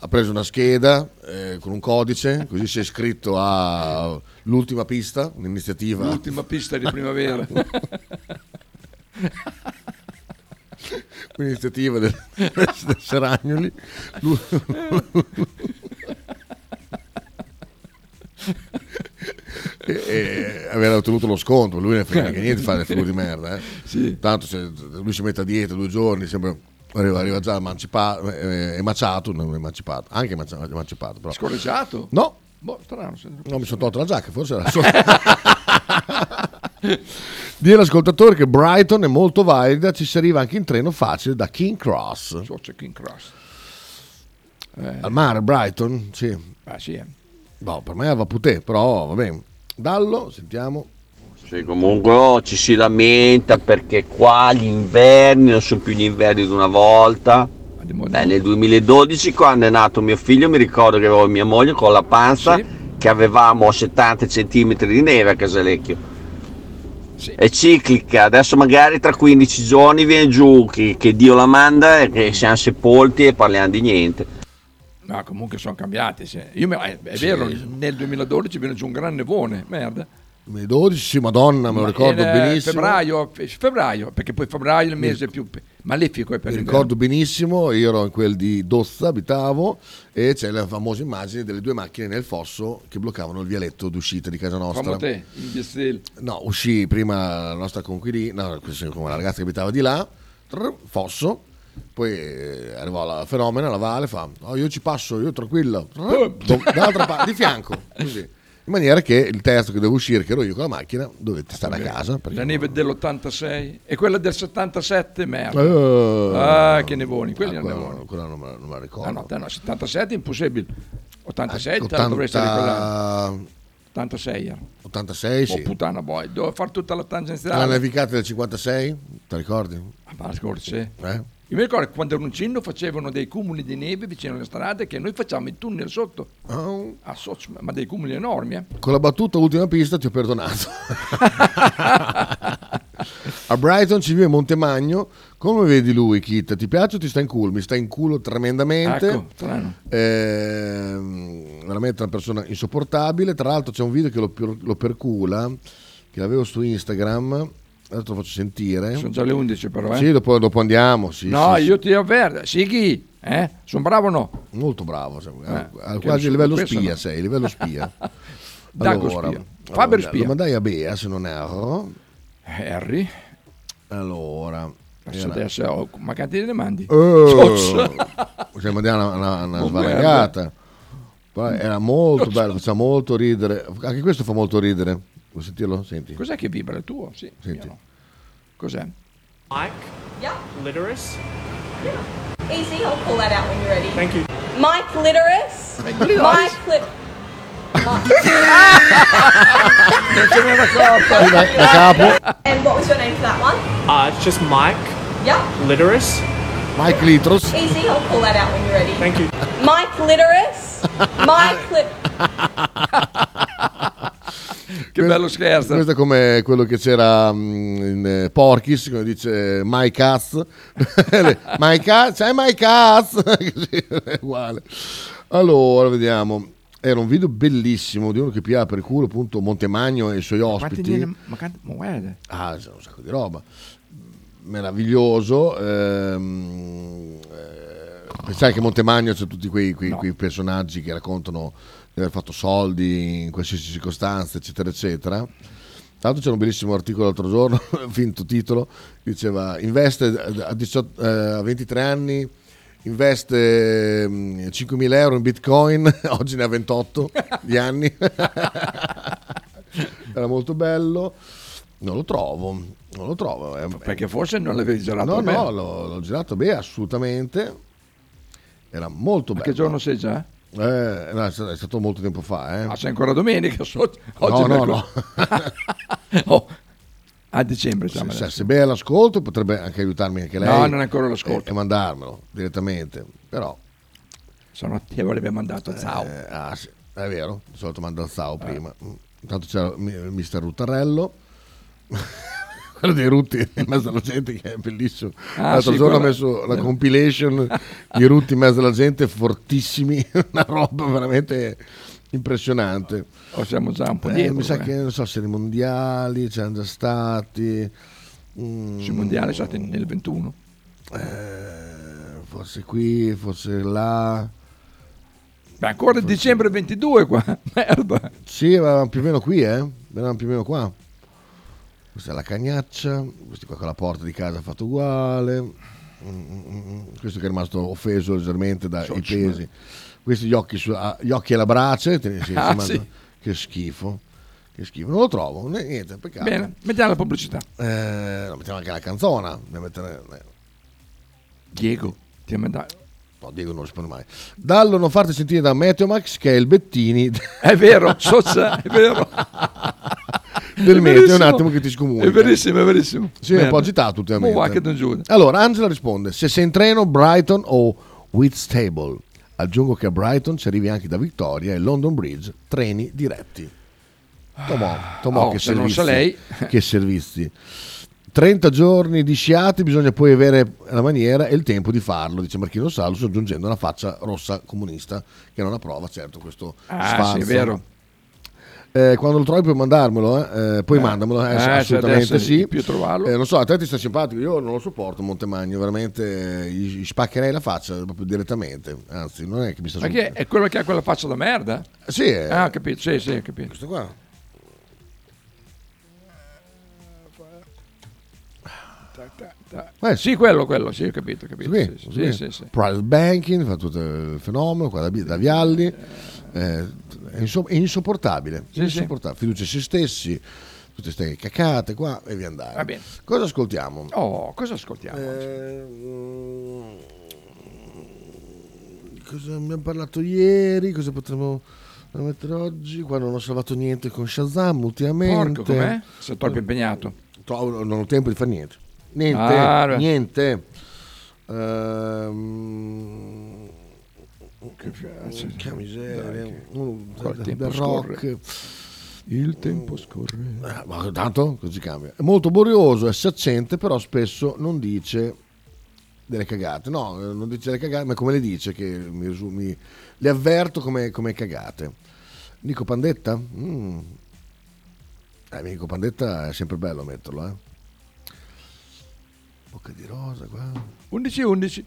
A: ha preso una scheda eh, con un codice, così si è iscritto all'ultima pista, un'iniziativa.
D: L'ultima pista di primavera.
A: un'iniziativa del, del Seragnoli. L'u- e, e aveva ottenuto lo sconto, lui ne frega neanche niente di fare le figure di merda. eh.
D: Sì.
A: Tanto se lui si mette a dieta due giorni, sembra- arriva, arriva già emancipato, eh, emaciato, non emancipato, anche emancia- emancipato. Però.
D: Scorreggiato?
A: No,
D: Boh, strano. se-
A: No, mi sono tolto la giacca, forse era solo. Dire all'ascoltatore che Brighton è molto valida, ci si arriva anche in treno facile da King Cross. Eh.
D: So c'è King Cross.
A: Al mare, Brighton, sì.
D: Ah, sì, eh.
A: No, per me è Vaputè, però va bene. Dallo, sentiamo.
E: Sì, comunque oh, ci si lamenta perché qua gli inverni non sono più gli inverni di una volta. Beh, nel 2012 quando è nato mio figlio mi ricordo che avevo mia moglie con la panza che avevamo 70 cm di neve a Casalecchio. È ciclica, adesso magari tra 15 giorni viene giù, che, che Dio la manda e che siamo sepolti e parliamo di niente.
D: No, comunque sono cambiati. sì. Io me- eh, è vero, nel 2012 venne giù un gran nevone, merda.
A: 2012, madonna, me lo ricordo
D: In, eh,
A: benissimo.
D: Febbraio, fe- febbraio, perché poi febbraio è il mese più pe- malefico è per
A: Mi
D: l'inverno.
A: ricordo benissimo, io ero in quel di Dozza, abitavo, e c'è la famosa immagine delle due macchine nel fosso che bloccavano il vialetto d'uscita di casa nostra.
D: Come te, imbecille.
A: No, uscì prima la nostra conquilina, no, questo- come la ragazza che abitava di là, trrr, fosso, poi eh, arrivò la fenomena, la Vale, fa, "Oh, io ci passo, io tranquillo, trrr, do- dall'altra parte, di fianco, così. In maniera che il terzo che dovevo uscire, che ero io con la macchina, dovete stare a casa. perché-
D: La neve dell'86 e quella del 77, merda.
A: Eh.
D: ah, che nevoni,
A: Ah,
D: quelli erano
A: quella-
D: nevoni. Ah,
A: quella non me, la- non me la ricordo. Eh,
D: No, no, te no, 77 è impossibile. 86 te la
A: 80
D: dovresti ricordare. 86 era.
A: 86, Eh, sì. Ah,
D: Oh puttana boy, devo fare tutta la tangenziale.
A: La nevicata del 56, te ricordi?
D: Ma scorsi.
A: Eh?
D: Io mi ricordo che quando ero un cinno facevano dei cumuli di neve vicino alle strade che noi facciamo i tunnel sotto.
A: Oh.
D: Ah, so- ma dei cumuli enormi, eh.
A: Con la battuta ultima pista ti ho perdonato. A Brighton ci vive Montemagno. Come vedi lui, Kit? Ti piace o ti sta in culo? Mi sta in culo tremendamente.
D: Ecco, strano.
A: Ehm, veramente una persona insopportabile. Tra l'altro c'è un video che lo, per- lo percula, che l'avevo su Instagram. Adesso te lo faccio sentire.
D: Sono già le 11 però, eh.
A: Sì, dopo, dopo andiamo. Sì,
D: no,
A: sì,
D: io ti avverto. Sighi, eh? Sono bravo o no? Eh,
A: Molto bravo. sì. Ah,
D: che
A: quasi
D: nessuno-
A: a livello
D: questo
A: spia
D: no.
A: sei, livello spia.
D: Dago spia.
A: allora,
D: Faber spia. Eh,
A: Lo mandai a Bea, se non erro.
D: Harry.
A: Allora.
D: Adesso,
A: era-
D: adesso oh, ma che te ne mandi?
A: Oh,
D: Socio.
A: cioè, mandiamo una, una, una
D: Oh,
A: svalangata.
D: Mm.
A: Poi era molto bello, fa molto ridere. Anche questo fa molto ridere. Vuoi sentirlo? Senti.
D: Cos'è che vibra il tuo? Sì,
A: Senti.
D: io no. Cos'è?
K: Mike? Yeah. Litterus? Yeah.
L: Easy, I'll pull that out when you're ready.
K: Thank you.
L: Mike Litteris. Mike Lit. And what was your name for that one?
K: Uh, it's just Mike.
L: Yeah.
K: Litterus?
A: Mike Litros.
L: Easy, I'll pull that out when you're ready.
K: Thank you.
L: Mike Litteris. Mike Lit.
D: Che bello scherzo.
A: Questo è come quello che c'era mm, in eh, Porky's, come dice eh, My Cats. my Cats, c'è My Cats! Così, è uguale. Allora, vediamo. Era un video bellissimo di uno che pia per culo appunto Montemagno e i suoi
D: Quanti
A: ospiti.
D: ne- ma, quanti- ma guarda.
A: Ah, c'è un sacco di roba. Meraviglioso. Ehm, eh, Pensai che a Montemagno c'è tutti quei, quei-
D: No.
A: quei personaggi che raccontano di aver fatto soldi in qualsiasi circostanza, eccetera, eccetera. Tra l'altro c'era un bellissimo articolo l'altro giorno, finto titolo, che diceva investe a, 18 eh, a 23 anni, investe mm, 5.000 euro in bitcoin, oggi ne ha 28 di anni. Era molto bello. Non lo trovo, non lo trovo. È-
D: Perché forse non l'avevi girato
A: No,
D: bene.
A: no, l'ho, l'ho girato bene, assolutamente. Era molto bello.
D: Che giorno sei già?
A: Eh, no, è stato è stato molto tempo fa. Eh.
D: Ah, sei ancora domenica? so- oggi
A: No, no,
D: è mercoledì.
A: no.
D: Oh, a dicembre
A: Se,
D: siamo
A: se,
D: adesso.
A: se Bea l'ascolto potrebbe anche aiutarmi anche lei.
D: No, non è ancora l'ascolto.
A: E, e mandarmelo direttamente. Però...
D: Sono ti avrebbe mandato Eh. ciao.
A: Eh, ah, sì, è vero, di solito manda il Zao prima. Mm. Intanto c'era mi- il mister Ruttarello. Quello dei Rutti in mezzo alla gente che è bellissimo.
D: Ah,
A: L'altro
D: sì,
A: giorno
D: quella-
A: ho messo la compilation di Rutti in mezzo alla gente, fortissimi, una roba veramente impressionante.
D: O siamo già un po'
A: Eh,
D: dietro.
A: mi sa
D: eh.
A: che non so se nei mondiali c'erano già stati. Mm,
D: Sui mondiali siete nel 21.
A: eh, forse qui, forse là.
D: Beh, ancora è dicembre 22 qua. Merda.
A: Sì, ma più o meno qui, eh? Erano più o meno qua. Questa è la cagnaccia, questo qua con la porta di casa ha fatto uguale. Mm, mm, mm. Questo che è rimasto offeso leggermente dai pesi. Questi gli occhi, su- ah, gli occhi e la brace, te- sì,
D: Ah,
A: insomma,
D: sì.
A: che schifo. Che schifo, non lo trovo, né- niente, peccato.
D: Bene, mettiamo la pubblicità.
A: Eh, no, mettiamo anche la canzona. ne mettere- eh,
D: Diego, ti ha mandato.
A: No, Diego non risponde mai. Dallo non farti sentire da Meteomax che è il Bettini.
D: È vero, Sosa, è vero.
A: del mese, è
D: È
A: un
D: verissimo.
A: attimo che ti scomunica.
D: È verissimo, è verissimo.
A: Sì, è un
D: Merda.
A: po' agitato ultimamente.
D: Ma va, che non giuro.
A: Allora, Angela risponde, se sei in treno, Brighton o Whitstable. Aggiungo che a Brighton ci arrivi anche da Victoria e London Bridge, treni diretti. Tomò, Tomò
D: Oh,
A: che
D: se non
A: servizi.
D: sa lei.
A: Che servizi. 30 giorni di sciati, bisogna poi avere la maniera e il tempo di farlo, dice Marchino Salus, aggiungendo una faccia rossa comunista che non approva certo questo
D: Ah,
A: sfarzo.
D: sì, è vero.
A: Eh, quando lo trovi puoi mandarmelo, eh? Eh, puoi mandamelo, eh,
D: eh,
A: assolutamente
D: cioè, adesso
A: sì.
D: è più trovarlo.
A: Eh, non so, a te ti sta simpatico, io non lo sopporto Montemagno, veramente eh, gli, gli spaccherei la faccia proprio direttamente, anzi non è che mi sta Eh,
D: Ma che è, è quello che ha quella faccia da merda?
A: Sì, eh. è-
D: Ah, ho capito, sì, sì, ho capito.
A: Questo qua.
D: Sì, quello, quello, sì, ho capito, ho capito.
A: Eh. Sì,
D: Sì, sì,
A: sì.
D: sì, sì, sì.
A: Private banking, fa tutto il fenomeno, qua da, Bi- da Vialli, eh, è, inso- è insopportabile,
D: Sì,
A: insopportabile. fiducia in se stessi, tutte queste cacate qua e via andare.
D: Va bene.
A: Cosa ascoltiamo?
D: Oh, cosa ascoltiamo?
M: Eh,
I: Mm,
A: Cosa abbiamo parlato ieri? Cosa potremmo mettere oggi? Qua non ho salvato niente con Shazam ultimamente.
D: Porco, com'è? Sei troppo impegnato.
A: Tro- non ho tempo di fare niente. Niente,
D: Ah, beh.
A: niente. Ehm,
D: Che piace.
A: Che miseria.
D: Mm. Dai, che-
A: Uno
D: Qua il
A: del-
D: tempo
A: del
D: scorre.
A: rock.
D: Il tempo scorre.
A: Eh, Ma tanto così cambia. È molto borioso, è saccente, però spesso non dice delle cagate. No, eh, non dice delle cagate, ma come le dice che mi, risu- mi- le avverto come, come cagate. Nico Pandetta? Mm. Eh, Nico Pandetta è sempre bello metterlo, eh. Bocca di rosa qua.
D: 11 11.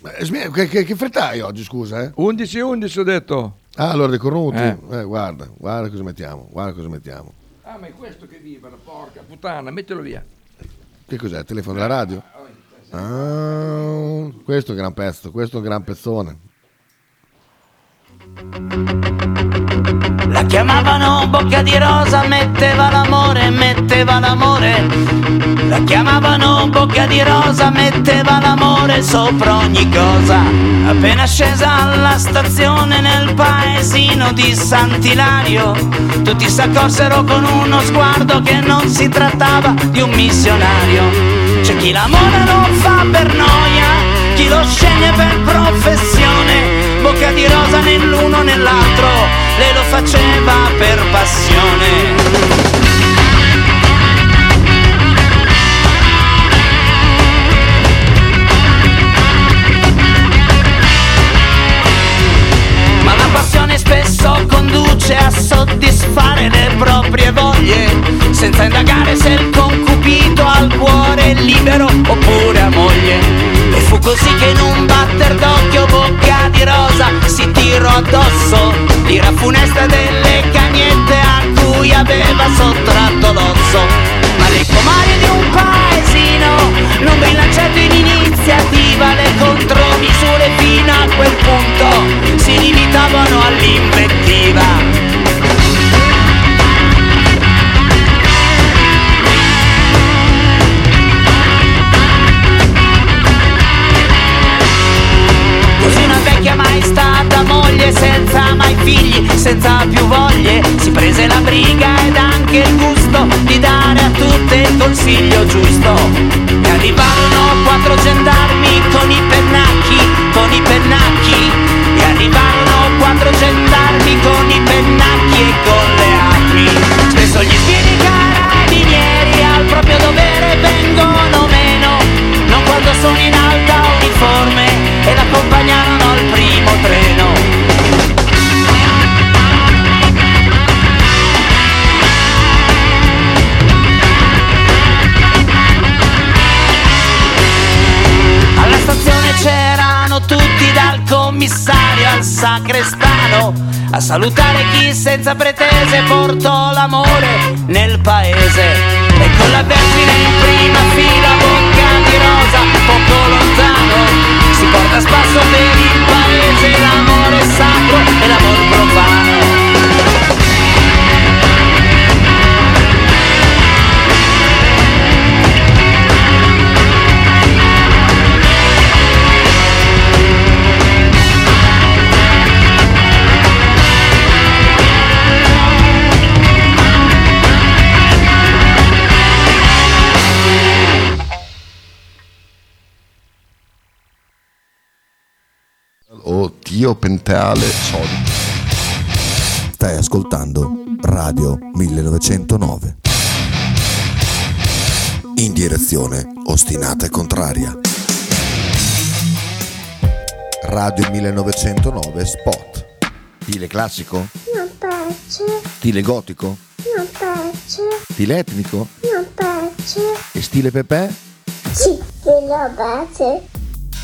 A: Ma, eh, smi- che, che, che fretta hai oggi, scusa, eh?
D: 11 11 ho detto.
A: Ah, allora dei cornuti.
D: Oh. Eh.
A: Eh, guarda, guarda cosa mettiamo, guarda cosa mettiamo.
D: Ah, ma è questo che vibra, porca puttana, mettilo via.
A: Che cos'è? Il telefono della radio? Ah, questo è un gran pezzo, questo è un gran pezzone.
N: La chiamavano bocca di rosa, metteva l'amore, metteva l'amore. La chiamavano bocca di rosa, metteva l'amore sopra ogni cosa. Appena scesa alla stazione nel paesino di Sant'Ilario, tutti s'accorsero con uno sguardo che non si trattava di un missionario. C'è chi l'amore lo fa per noia, chi lo sceglie per professione, bocca di rosa nell'uno nell'altro, lei lo faceva per passione. Ma la passione spesso conduce a soddisfare le proprie voglie, senza indagare se il concupito ha il cuore libero oppure a moglie. E fu così che in un batter d'occhio bocca di rosa si tirò addosso l'ira funesta delle cagnette a cui aveva sottratto l'osso. Ma le comari di un paesino non vi lanciato in iniziativa le contromisure fino a quel punto si limitavano all'invettiva. Così una vecchia mai stata moglie, senza mai figli, senza più voglie, si prese la briga ed anche il gusto di dare a tutte il consiglio giusto. E arrivarono quattro gendarmi con i pennacchi, con i pennacchi. E arrivarono quattro gendarmi con i pennacchi e con le armi. Spesso gli spiriti carabinieri al proprio dovere vengono meno, non quando sono in alta uniforme ed accompagnarono al primo treno. Alla stazione c'erano tutti dal commissario al sacrestano a salutare chi senza pretese portò l'amore nel paese e con la vergine in prima fila bocca di rosa poco lontano si porta a spasso per il paese l'amore sacro e l'amor profano
O: anch'io Penteale Sonic. Stai ascoltando Radio 1909. In direzione ostinata e contraria. Radio 1909 Spot. Stile classico?
N: Non piace,
O: Stile gotico?
N: non piace,
O: Stile etnico?
N: non piace.
O: E stile Pepe?
N: Sì, quello base.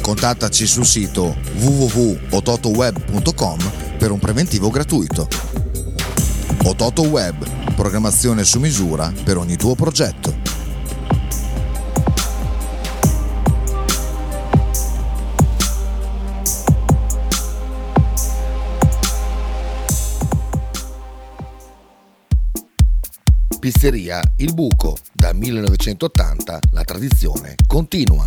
O: Contattaci sul sito www.ototoweb.com per un preventivo gratuito. Ototo Web, programmazione su misura per ogni tuo progetto.
M: Pizzeria Il Buco, da 1980 la tradizione continua.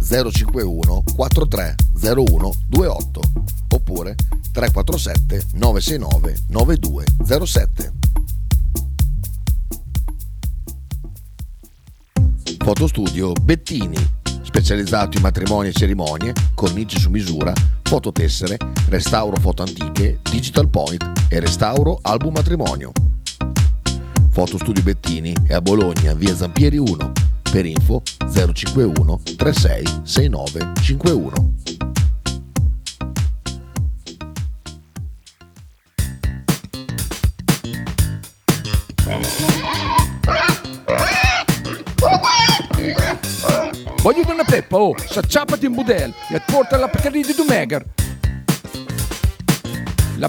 M: 051 4301 28 oppure 347 969 9207. Fotostudio Bettini, specializzato in matrimoni e cerimonie, cornici su misura, fototessere, restauro foto antiche, digital point e restauro album matrimonio. Fotostudio Bettini è a Bologna, via Zampieri 1. Per info 051 36 69 51.
D: Voglio una peppa, oh, s'acciappati in budel e porta la Pcaridi di Dumegar. La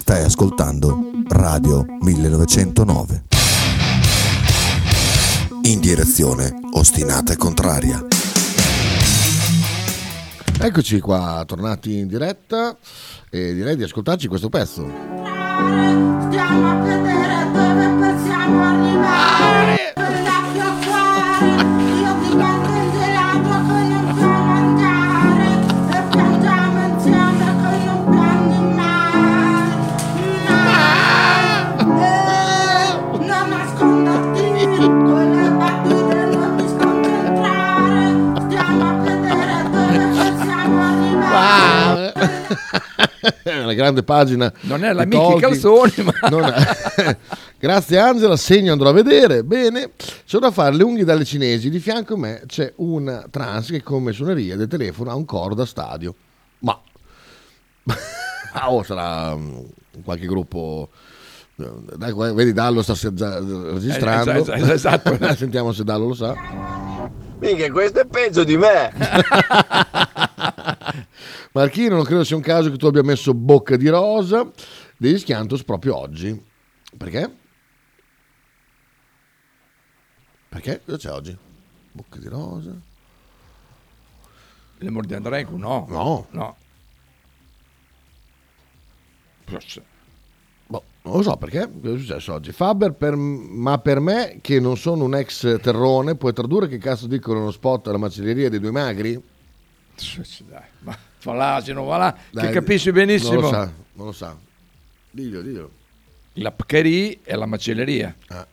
O: Stai ascoltando Radio 1909. In direzione ostinata e contraria.
M: Eccoci qua, tornati in diretta e direi di ascoltarci questo pezzo.
N: Stiamo a vedere dove possiamo arrivare. Perché qua io ti canto il gelato con un piano andare. E piangiamo insieme con un piano in mare. Ma, eh, non nasconderti, con le partite non ti sconcentrare. Stiamo a vedere dove possiamo arrivare.
M: una Eh, grande pagina. Non
D: è la Mickey Calzoni, ma-
M: Grazie Angela, segno andrò a vedere. Bene, sono a fare le unghie dalle cinesi. Di fianco a me c'è una trans che come suoneria del telefono ha un coro da stadio. Ma... Ah, oh, sarà mm, qualche gruppo... eh, Dai, qua- vedi Dallo sta se- già registrando.
E: Eh, es- es- esatto.
M: Sentiamo se Dallo lo sa.
E: Minchia, questo è peggio di me.
M: Marchino, non credo sia un caso che tu abbia messo bocca di rosa degli Schiantos proprio oggi. Perché?
A: Perché? Cosa c'è oggi? Bocca di rosa.
D: Le mordi Andreco? No.
A: No.
D: No. Plus.
A: Boh, non lo so perché, cosa è successo oggi? Faber, per- ma per me, che non sono un ex terrone, puoi tradurre che cazzo dicono uno spot alla macelleria dei due magri?
D: Dai, ma fa l'asino, va là,
A: Dai,
D: che capisci benissimo.
A: Non lo sa, non lo sa. Diglio, diglio.
D: La pcari è la macelleria.
A: Eh.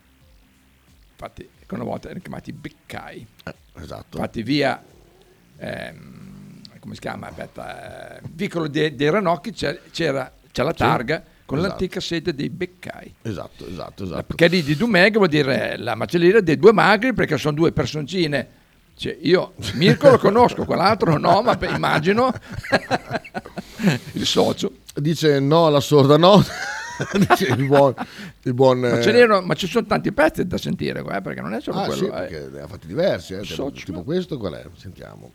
D: Infatti, ecco, una volta erano chiamati beccai.
A: esatto.
D: Infatti, via, ehm, come si chiama? Aspetta, eh, vicolo de- dei Ranocchi c'è- c'era, c'è la
A: Sì,
D: targa con
A: esatto.
D: l'antica sede dei beccai.
A: Esatto, esatto,
D: La
A: esatto.
D: pcari di Dumeg vuol dire la macelleria dei due magri perché sono due personcine. Cioè, io Mirko lo conosco, quell'altro no, ma pe- immagino il socio.
A: Dice no alla sorda no. Dice il buon... Il buon
D: Ma, ce
A: eh,
D: n'erano- ma ci sono tanti pezzi da sentire qua, eh, perché non è solo
A: Ah,
D: quello.
A: sì,
D: eh.
A: perché ne ha fatti diversi, eh, tipo-
D: Socio.
A: tipo questo qual è? Sentiamo.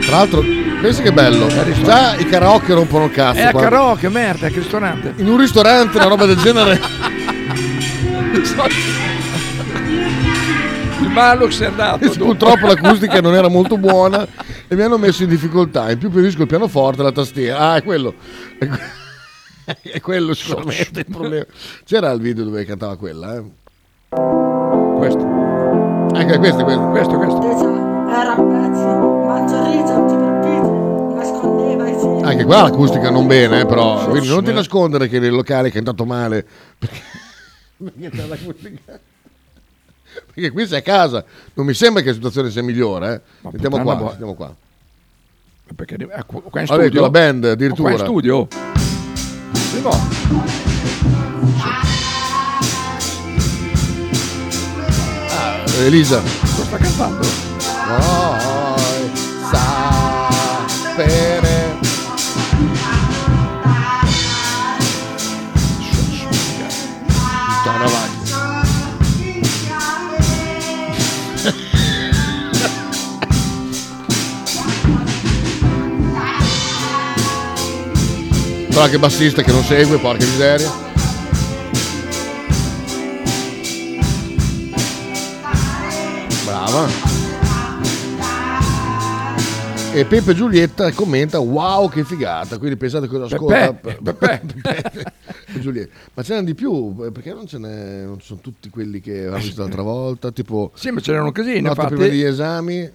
A: Tra l'altro, pensi che bello, Eh, già i karaoke rompono il cazzo.
D: È a
A: qua.
D: Eh, karaoke, merda, è che ristorante.
A: In un ristorante una roba del genere.
D: Il Malux è andato. dopo.
A: Purtroppo l'acustica non era molto buona e mi hanno messo in difficoltà. In più perisco il pianoforte e la tastiera. Ah, è quello. È que- È quello sicuramente il problema. C'era il video dove cantava quella, eh?
D: Questo.
A: Anche questo, questo.
D: Questo, questo.
P: Era un pezzo, mangio riso, ti perpiti, nascondeva i segni.
A: Anche qua l'acustica non bene, eh, però. Quindi non ti nascondere che nel locale hai cantato male. Perché c'è l'acustica? Perché qui sei a casa. Non mi sembra che la situazione sia migliore, eh. Sentiamo
D: puttana
A: qua,
D: boia.
A: sentiamo qua.
D: Perché eh, qua qua in
A: Vabbè, con
D: studio.
A: la band,
D: Ma
A: addirittura.
D: Qua in studio. Sì, no.
A: Eh, Elisa.
D: Lo sta cantando.
A: Vuoi sapere? Torna avanti. Però che bassista che non segue, porca miseria. Brava. E Peppe Giulietta commenta wow che figata, quindi pensate cosa ascolta
D: Peppe,
A: Pe-
D: Peppe.
A: Peppe Giulietta. Ma ce n'è di più, eh, perché non ce n'è, non sono tutti quelli che avevamo visto l'altra volta, tipo
D: Sì, ma ce n'erano un casino.
A: Notte
D: infatti.
A: prima degli esami.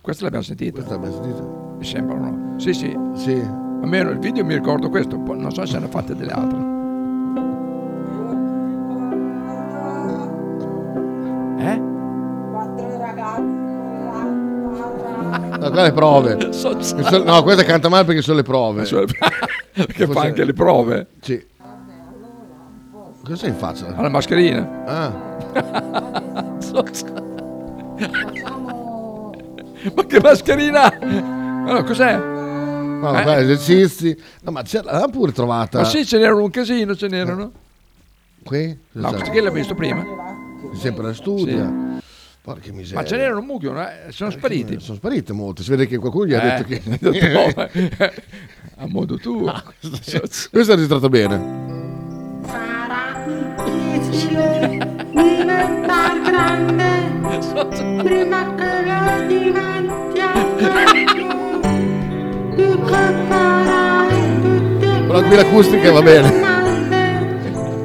D: Questa l'abbiamo sentita.
A: Questa l'abbiamo sentita.
D: Mi sembra, no? Sì, sì.
A: Sì.
D: Almeno il video mi ricordo questo, poi non so se ne hanno fatte delle altre. Eh?
A: No, qua le prove.
D: Eh, So- Eh,
A: Questo- no, questa canta male perché sono le prove.
D: Perché fa anche le prove.
A: Sì. Cosa sei in faccia?
D: Ha la mascherina.
A: Ah.
D: Ma che mascherina! Allora, cos'è?
A: No, ma qua esercizi. No, ma ce l'ha pure trovata.
D: Eh. Ma sì, ce n'erano un casino, ce n'erano.
A: Eh, Qui?
D: No,
A: Cosa c'è?
D: perché l'ha visto prima?
A: Sempre la studia. Porca miseria.
D: Ma ce n'erano un mucchio, no? Eh, sono spariti.
A: Sono sparite molte. Si vede che qualcuno gli ha
D: Eh,
A: detto che.
D: ha detto, "Oh, eh, a modo tuo.
A: Ah, questo, sì. questo è registrato bene.
P: difficile diventare grande prima che lo diventi anche tu. ti preparai tutte
A: Però qui l'acustica va bene.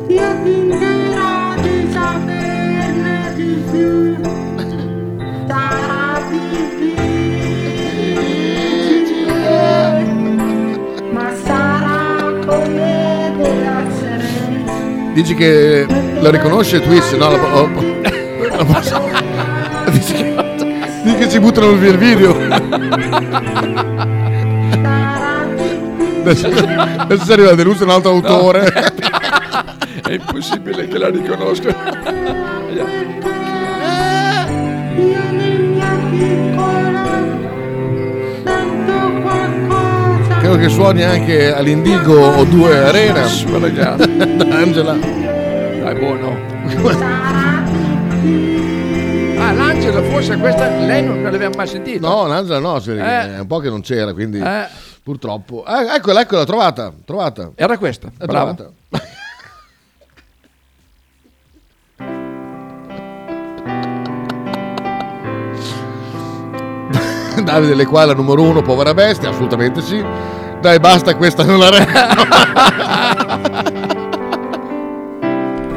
P: io finirò di saperne di più sarà difficile ma sarà come deve essere
A: Dici che la riconosce Twitch, no? La, la, la- la- dici, che, dici che ci buttano via il video. Adesso, adesso arriva deluso un altro autore.
D: È impossibile che la riconosca.
A: Credo che suoni anche all'Indigo o due Arena.
D: Ma ragazzi.
A: Da Angela.
D: Dai, buono.
A: Ah,
D: Ah, l'Angela, forse questa lei non l'aveva mai sentita.
A: No, l'Angela no, si vede che
D: Eh.
A: è un po' che non c'era, quindi
D: Eh.
A: purtroppo. Ah, eccola, eccola, trovata, trovata.
D: Era questa,
A: È
D: brava.
A: trovata. Davide Le qua è la numero uno, povera bestia, assolutamente sì. Dai, basta, questa non la re.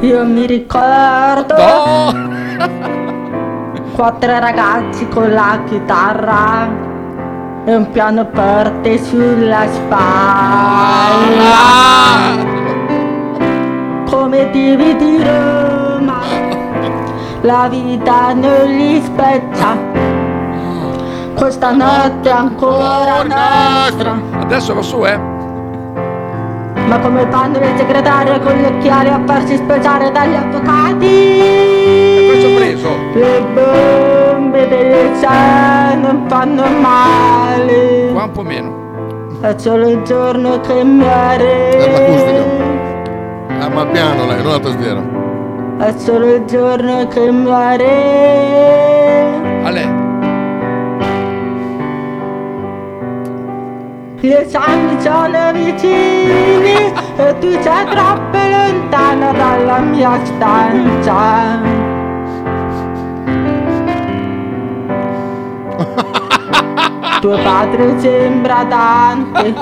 P: Io mi ricordo quattro ragazzi con la chitarra e un piano forte sulla spalla. Come divi di Roma, la vita non li spezza. Questa notte è ancora nostra.
D: Adesso va su, eh.
P: Ma come fanno le segretarie con gli occhiali a farsi spesare dagli avvocati?
D: Questo ho preso.
P: Le bombe delle sei non fanno male.
D: Qua un po' meno.
P: È solo il giorno che muore.
A: ah, ma piano lei, non la tastiera.
P: È solo il giorno che muore.
D: Ale.
P: Gli esami sono vicini e tu sei troppo lontana dalla mia stanza. Tuo padre sembra Dante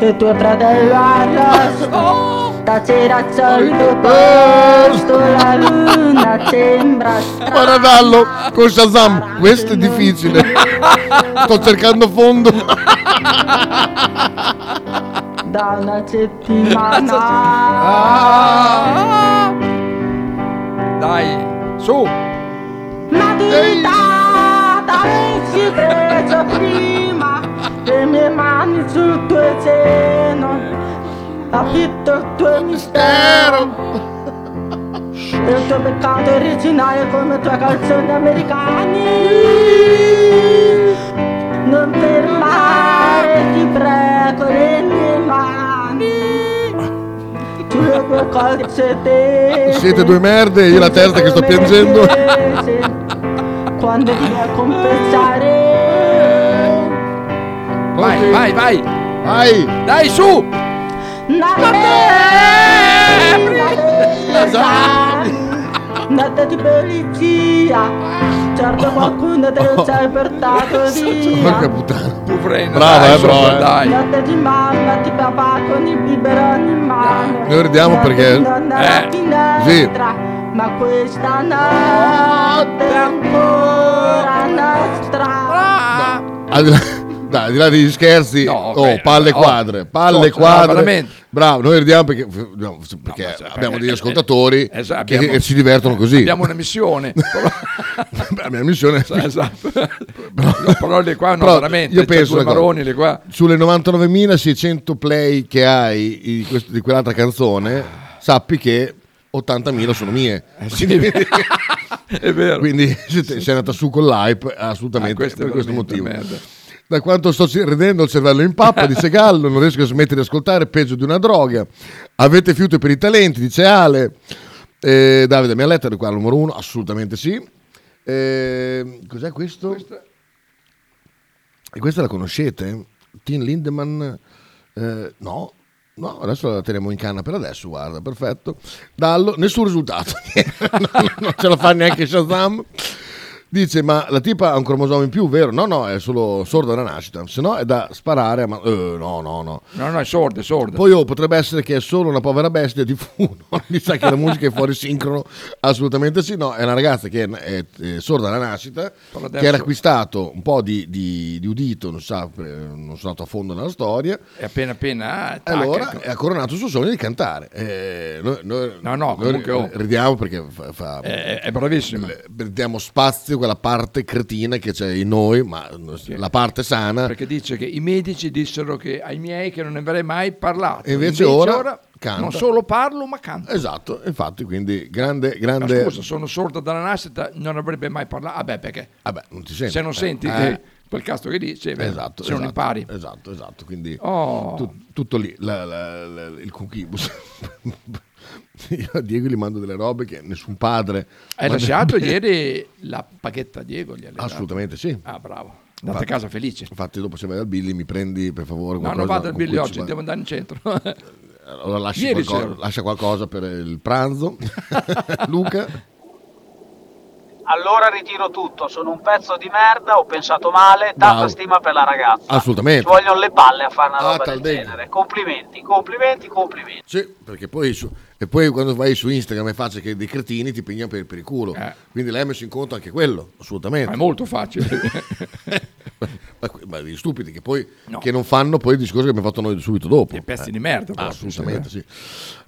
P: e tuo fratello Arrosto. Stasera c'è il tuo posto, la luna sembra
A: Guardallo con Shazam, questo è difficile. Sto cercando fondo.
P: da una settimana.
D: Dai, su.
P: Ma diventata avessi preso prima le mie mani sul tuo seno, affitto il tuo mistero. Il tuo peccato originale come i tuoi calzoni americani. Non fermare, ti prego, le mie mani. Tu le tue calze tese.
A: Siete due merde, io la terza che sto piangendo.
P: Quando ti vai a compensare
D: Vai, vai, vai.
A: Vai.
D: Dai, su.
P: Nata di polizia Certo qualcuno te
D: Oh.
P: lo sei portato
A: Porca
P: via
A: puttana.
D: dai,
A: Brava, eh,
D: su,
A: brava. eh.
P: Notte di mamma, di papà con il biberon in mano
A: Noi ridiamo
P: Notte
A: perché-
P: di nonna alla
A: Eh,
P: finestra, Ma questa notte è ancora nostra
A: Al di là- Dai, al di là degli scherzi, oh, palle
D: oh.
A: quadre, palle
D: No, no,
A: quadre.
D: veramente.
A: Bravo, noi ridiamo perché, no, perché abbiamo degli ascoltatori
D: Eh, esatto,
A: che
D: abbiamo-
A: si divertono così.
D: Abbiamo una missione.
A: la mia missione
D: esatto. No, parole qua, no,
A: Però
D: veramente.
A: io
D: c'è
A: penso
D: due
A: una cosa.
D: maroni le qua.
A: Sulle 99.600 play che hai di, quest- di quell'altra canzone, sappi che 80.000 sono mie. Quindi-
D: Eh, È vero.
A: Quindi se te- sei andata su con l'hype assolutamente
D: questo è
A: per questo
D: veramente
A: motivo.
D: merda.
A: Da quanto sto ci- ridendo il cervello in pappa, dice Gallo, non riesco a smettere di ascoltare, peggio di una droga. Avete fiuto per i talenti, dice Ale. Eh, Davide, mi ha letto di qua, numero uno? Assolutamente sì. Eh, cos'è questo? E questa la conoscete? Tim Lindemann? Eh, no. No, adesso la teniamo in canna per adesso, guarda, perfetto. Dallo, nessun risultato. non, non ce la fa neanche Shazam. Dice, ma la tipa ha un cromosoma in più, vero? No, no, è solo sorda alla nascita. Se no è da sparare a... ma- eh, no, no, no.
D: No, no, è sorda, è sorda.
A: Poi oh, potrebbe essere che è solo una povera bestia di funo. Mi sa che la musica è fuori sincrono. Assolutamente sì, no. È una ragazza che è, è- è sorda alla nascita,
D: Parla
A: che
D: adesso.
A: era acquistato un po' di, di- di udito, non, sa- eh, non sono andato a fondo nella storia.
D: E appena appena... ah,
A: E
D: tac,
A: allora
D: ecco.
A: ha coronato il suo sogno di cantare. Eh, noi, noi-
D: No, no,
A: noi
D: comunque, oh.
A: ridiamo perché fa, fa-
D: È, è bravissima.
A: diamo spazio a quella parte cretina che c'è in noi, ma la parte sana.
D: Perché dice che i medici dissero che ai miei che non ne avrei mai parlato.
A: E invece ora canta.
D: non solo parlo ma canto.
A: Esatto, infatti, quindi grande,
D: Ma
A: grande.
D: scusa, sono sordo dalla nascita, non avrebbe mai parlato. Vabbè, perché
A: Vabbè, non ti senti.
D: se non
A: Eh,
D: senti
A: eh.
D: eh, quel cazzo che dice, eh,
A: Esatto,
D: se non
A: esatto,
D: impari.
A: Esatto, esatto. Quindi
D: Oh.
A: tu- tutto lì, la- la- la- il conquibus. Io a Diego gli mando delle robe che nessun padre...
D: Hai
A: manda-
D: lasciato ieri la paghetta a Diego? Gliel'hai data?
A: Assolutamente sì.
D: Ah, bravo. Andate
A: Andate
D: a casa felice.
A: Infatti dopo se vai dal Billy mi prendi per favore
D: No,
A: qualcosa.
D: non vado al
A: con cui
D: Billy
A: ci
D: oggi,
A: va-
D: devo andare in centro.
A: Eh, Allora lasci
D: Ieri
A: qualcosa,
D: c'ero.
A: lascia qualcosa per il pranzo. Luca,
F: Allora ritiro tutto, sono un pezzo di merda, ho pensato male, tanta
A: Bravo.
F: stima per la ragazza. Ci
A: assolutamente.
F: vogliono le palle a fare una
A: Ah,
F: roba
A: tal
F: del
A: degno.
F: genere. Complimenti, complimenti, complimenti.
A: Sì, perché poi su- e poi quando vai su Instagram è facile che dei cretini ti pigliano per, per il culo. Quindi lei ha messo in conto anche quello, assolutamente.
D: Eh. Ma è molto facile.
A: ma, ma gli stupidi che poi che non fanno poi il discorso che abbiamo fatto noi subito dopo.
D: Dei pezzi di merda, proprio, eh.
A: assolutamente, sì.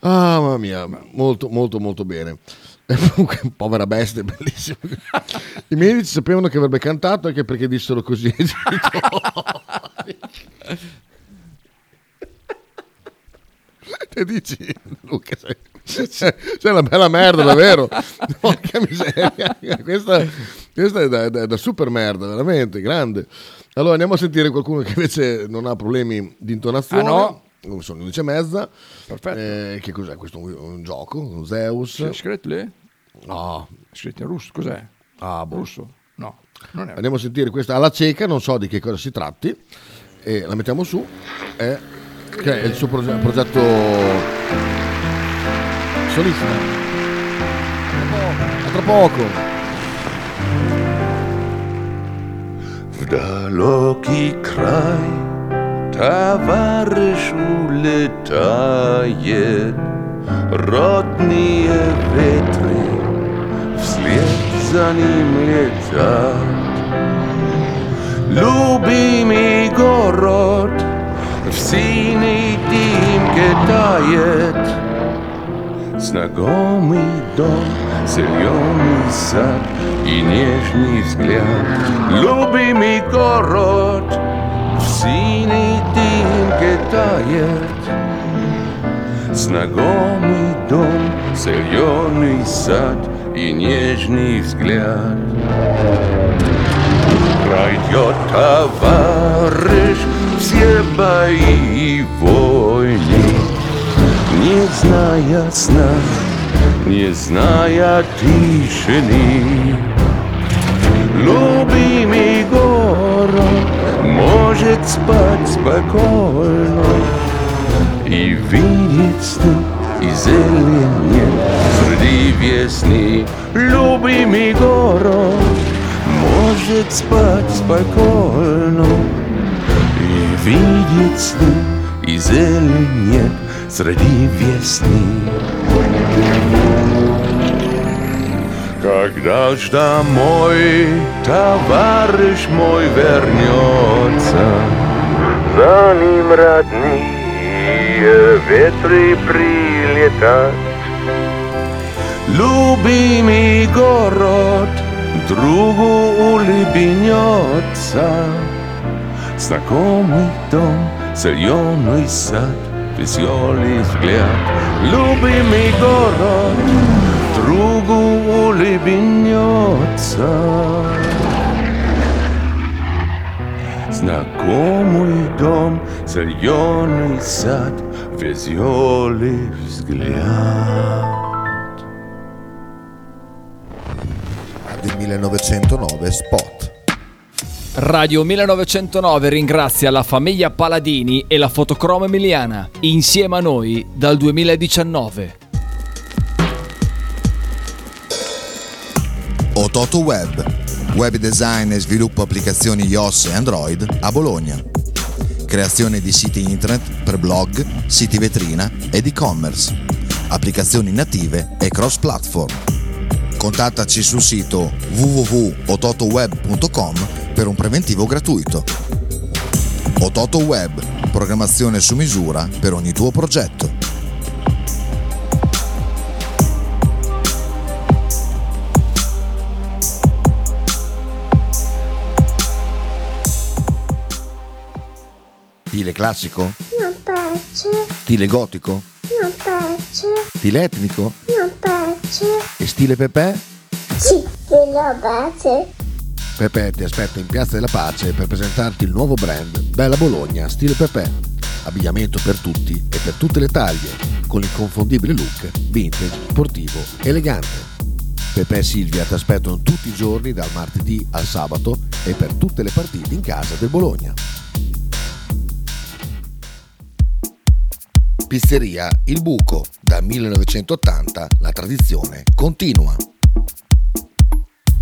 A: Ah, mamma mia, molto molto molto bene. E comunque, Povera bestia, bellissimo. I medici sapevano che avrebbe cantato anche perché dissero così ai genitori. Te dici, Luca, sei, sei una bella merda, davvero. Porca miseria, questa, questa è da, da- da super merda, veramente grande. Allora andiamo a sentire qualcuno che invece non ha problemi di intonazione.
D: Ah,
A: no? Sono le 11 e mezza. Eh, che cos'è questo? Un, un gioco? Un Zeus?
D: C'è scritto lì?
A: No.
D: Scritto in russo, cos'è?
A: Ah, boh.
D: Russo? No, non è russo.
A: Andiamo a sentire questa alla cieca, non so di che cosa si tratti. E la mettiamo su. È, che è il suo proge- progetto solista. A tra poco.
Q: Daleki kraj, towarzyszu letaje, rodnie wietry, wsled za nim leta. Lubimy город, w sinej dymke tajet, znakomy dom, zielony sad i nieżny wzgląd. Lubimy город, w sinej dymke tajet, Знакомый дом, зеленый сад и нежный взгляд. Пройдет товарищ все бои и войны, Не зная сна, не зная тишины. Любимый город может спать спокойно, и видит сны, и зелене среди весны Любимый город может спать спокойно И видит сны, и зелене среди весны Когда ж домой товарищ мой вернется За ним родные Какие ветры прилетят. Любимый город другу улыбнется. Знакомый дом, зеленый сад, веселый взгляд. Любимый город другу улыбнется. Знакомый дом, зеленый сад, веселый взгляд.
M: Del 1909 Spot.
R: Radio 1909 ringrazia la famiglia Paladini e la fotocromo emiliana, insieme a noi dal 2019.
M: Ototo Web, web design e sviluppo applicazioni iOS e Android a Bologna. Creazione di siti internet per blog, siti vetrina ed e-commerce. Applicazioni native e cross-platform. Contattaci sul sito www.ototoweb.com per un preventivo gratuito. Ototo Web, programmazione su misura per ogni tuo progetto. Stile classico?
P: Non piace,
M: Stile gotico?
P: non piace,
M: Stile etnico?
P: non piace.
M: E stile Pepe?
P: Sì, quello piace.
A: Pepe ti aspetta in Piazza della Pace per presentarti il nuovo brand Bella Bologna Stile Pepe. Abbigliamento per tutti e per tutte le taglie, con con l'inconfondibile look vintage, sportivo, elegante. Pepe e Silvia ti aspettano tutti i giorni dal martedì al sabato e per tutte le partite in casa del Bologna. Pizzeria Il Buco, da 1980 la tradizione continua.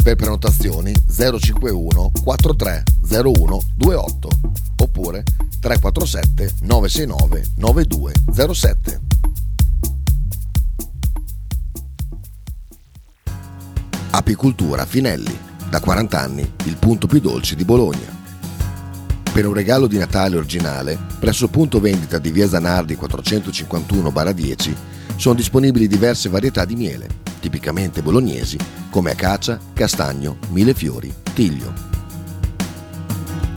A: Per prenotazioni 051 4301 28 oppure 347 969 9207. Apicultura Finelli, da 40 anni il punto più dolce di Bologna. Per un regalo di Natale originale, presso il punto vendita di via Zanardi 451-10 sono disponibili diverse varietà di miele, tipicamente bolognesi, come acacia, castagno, millefiori, tiglio.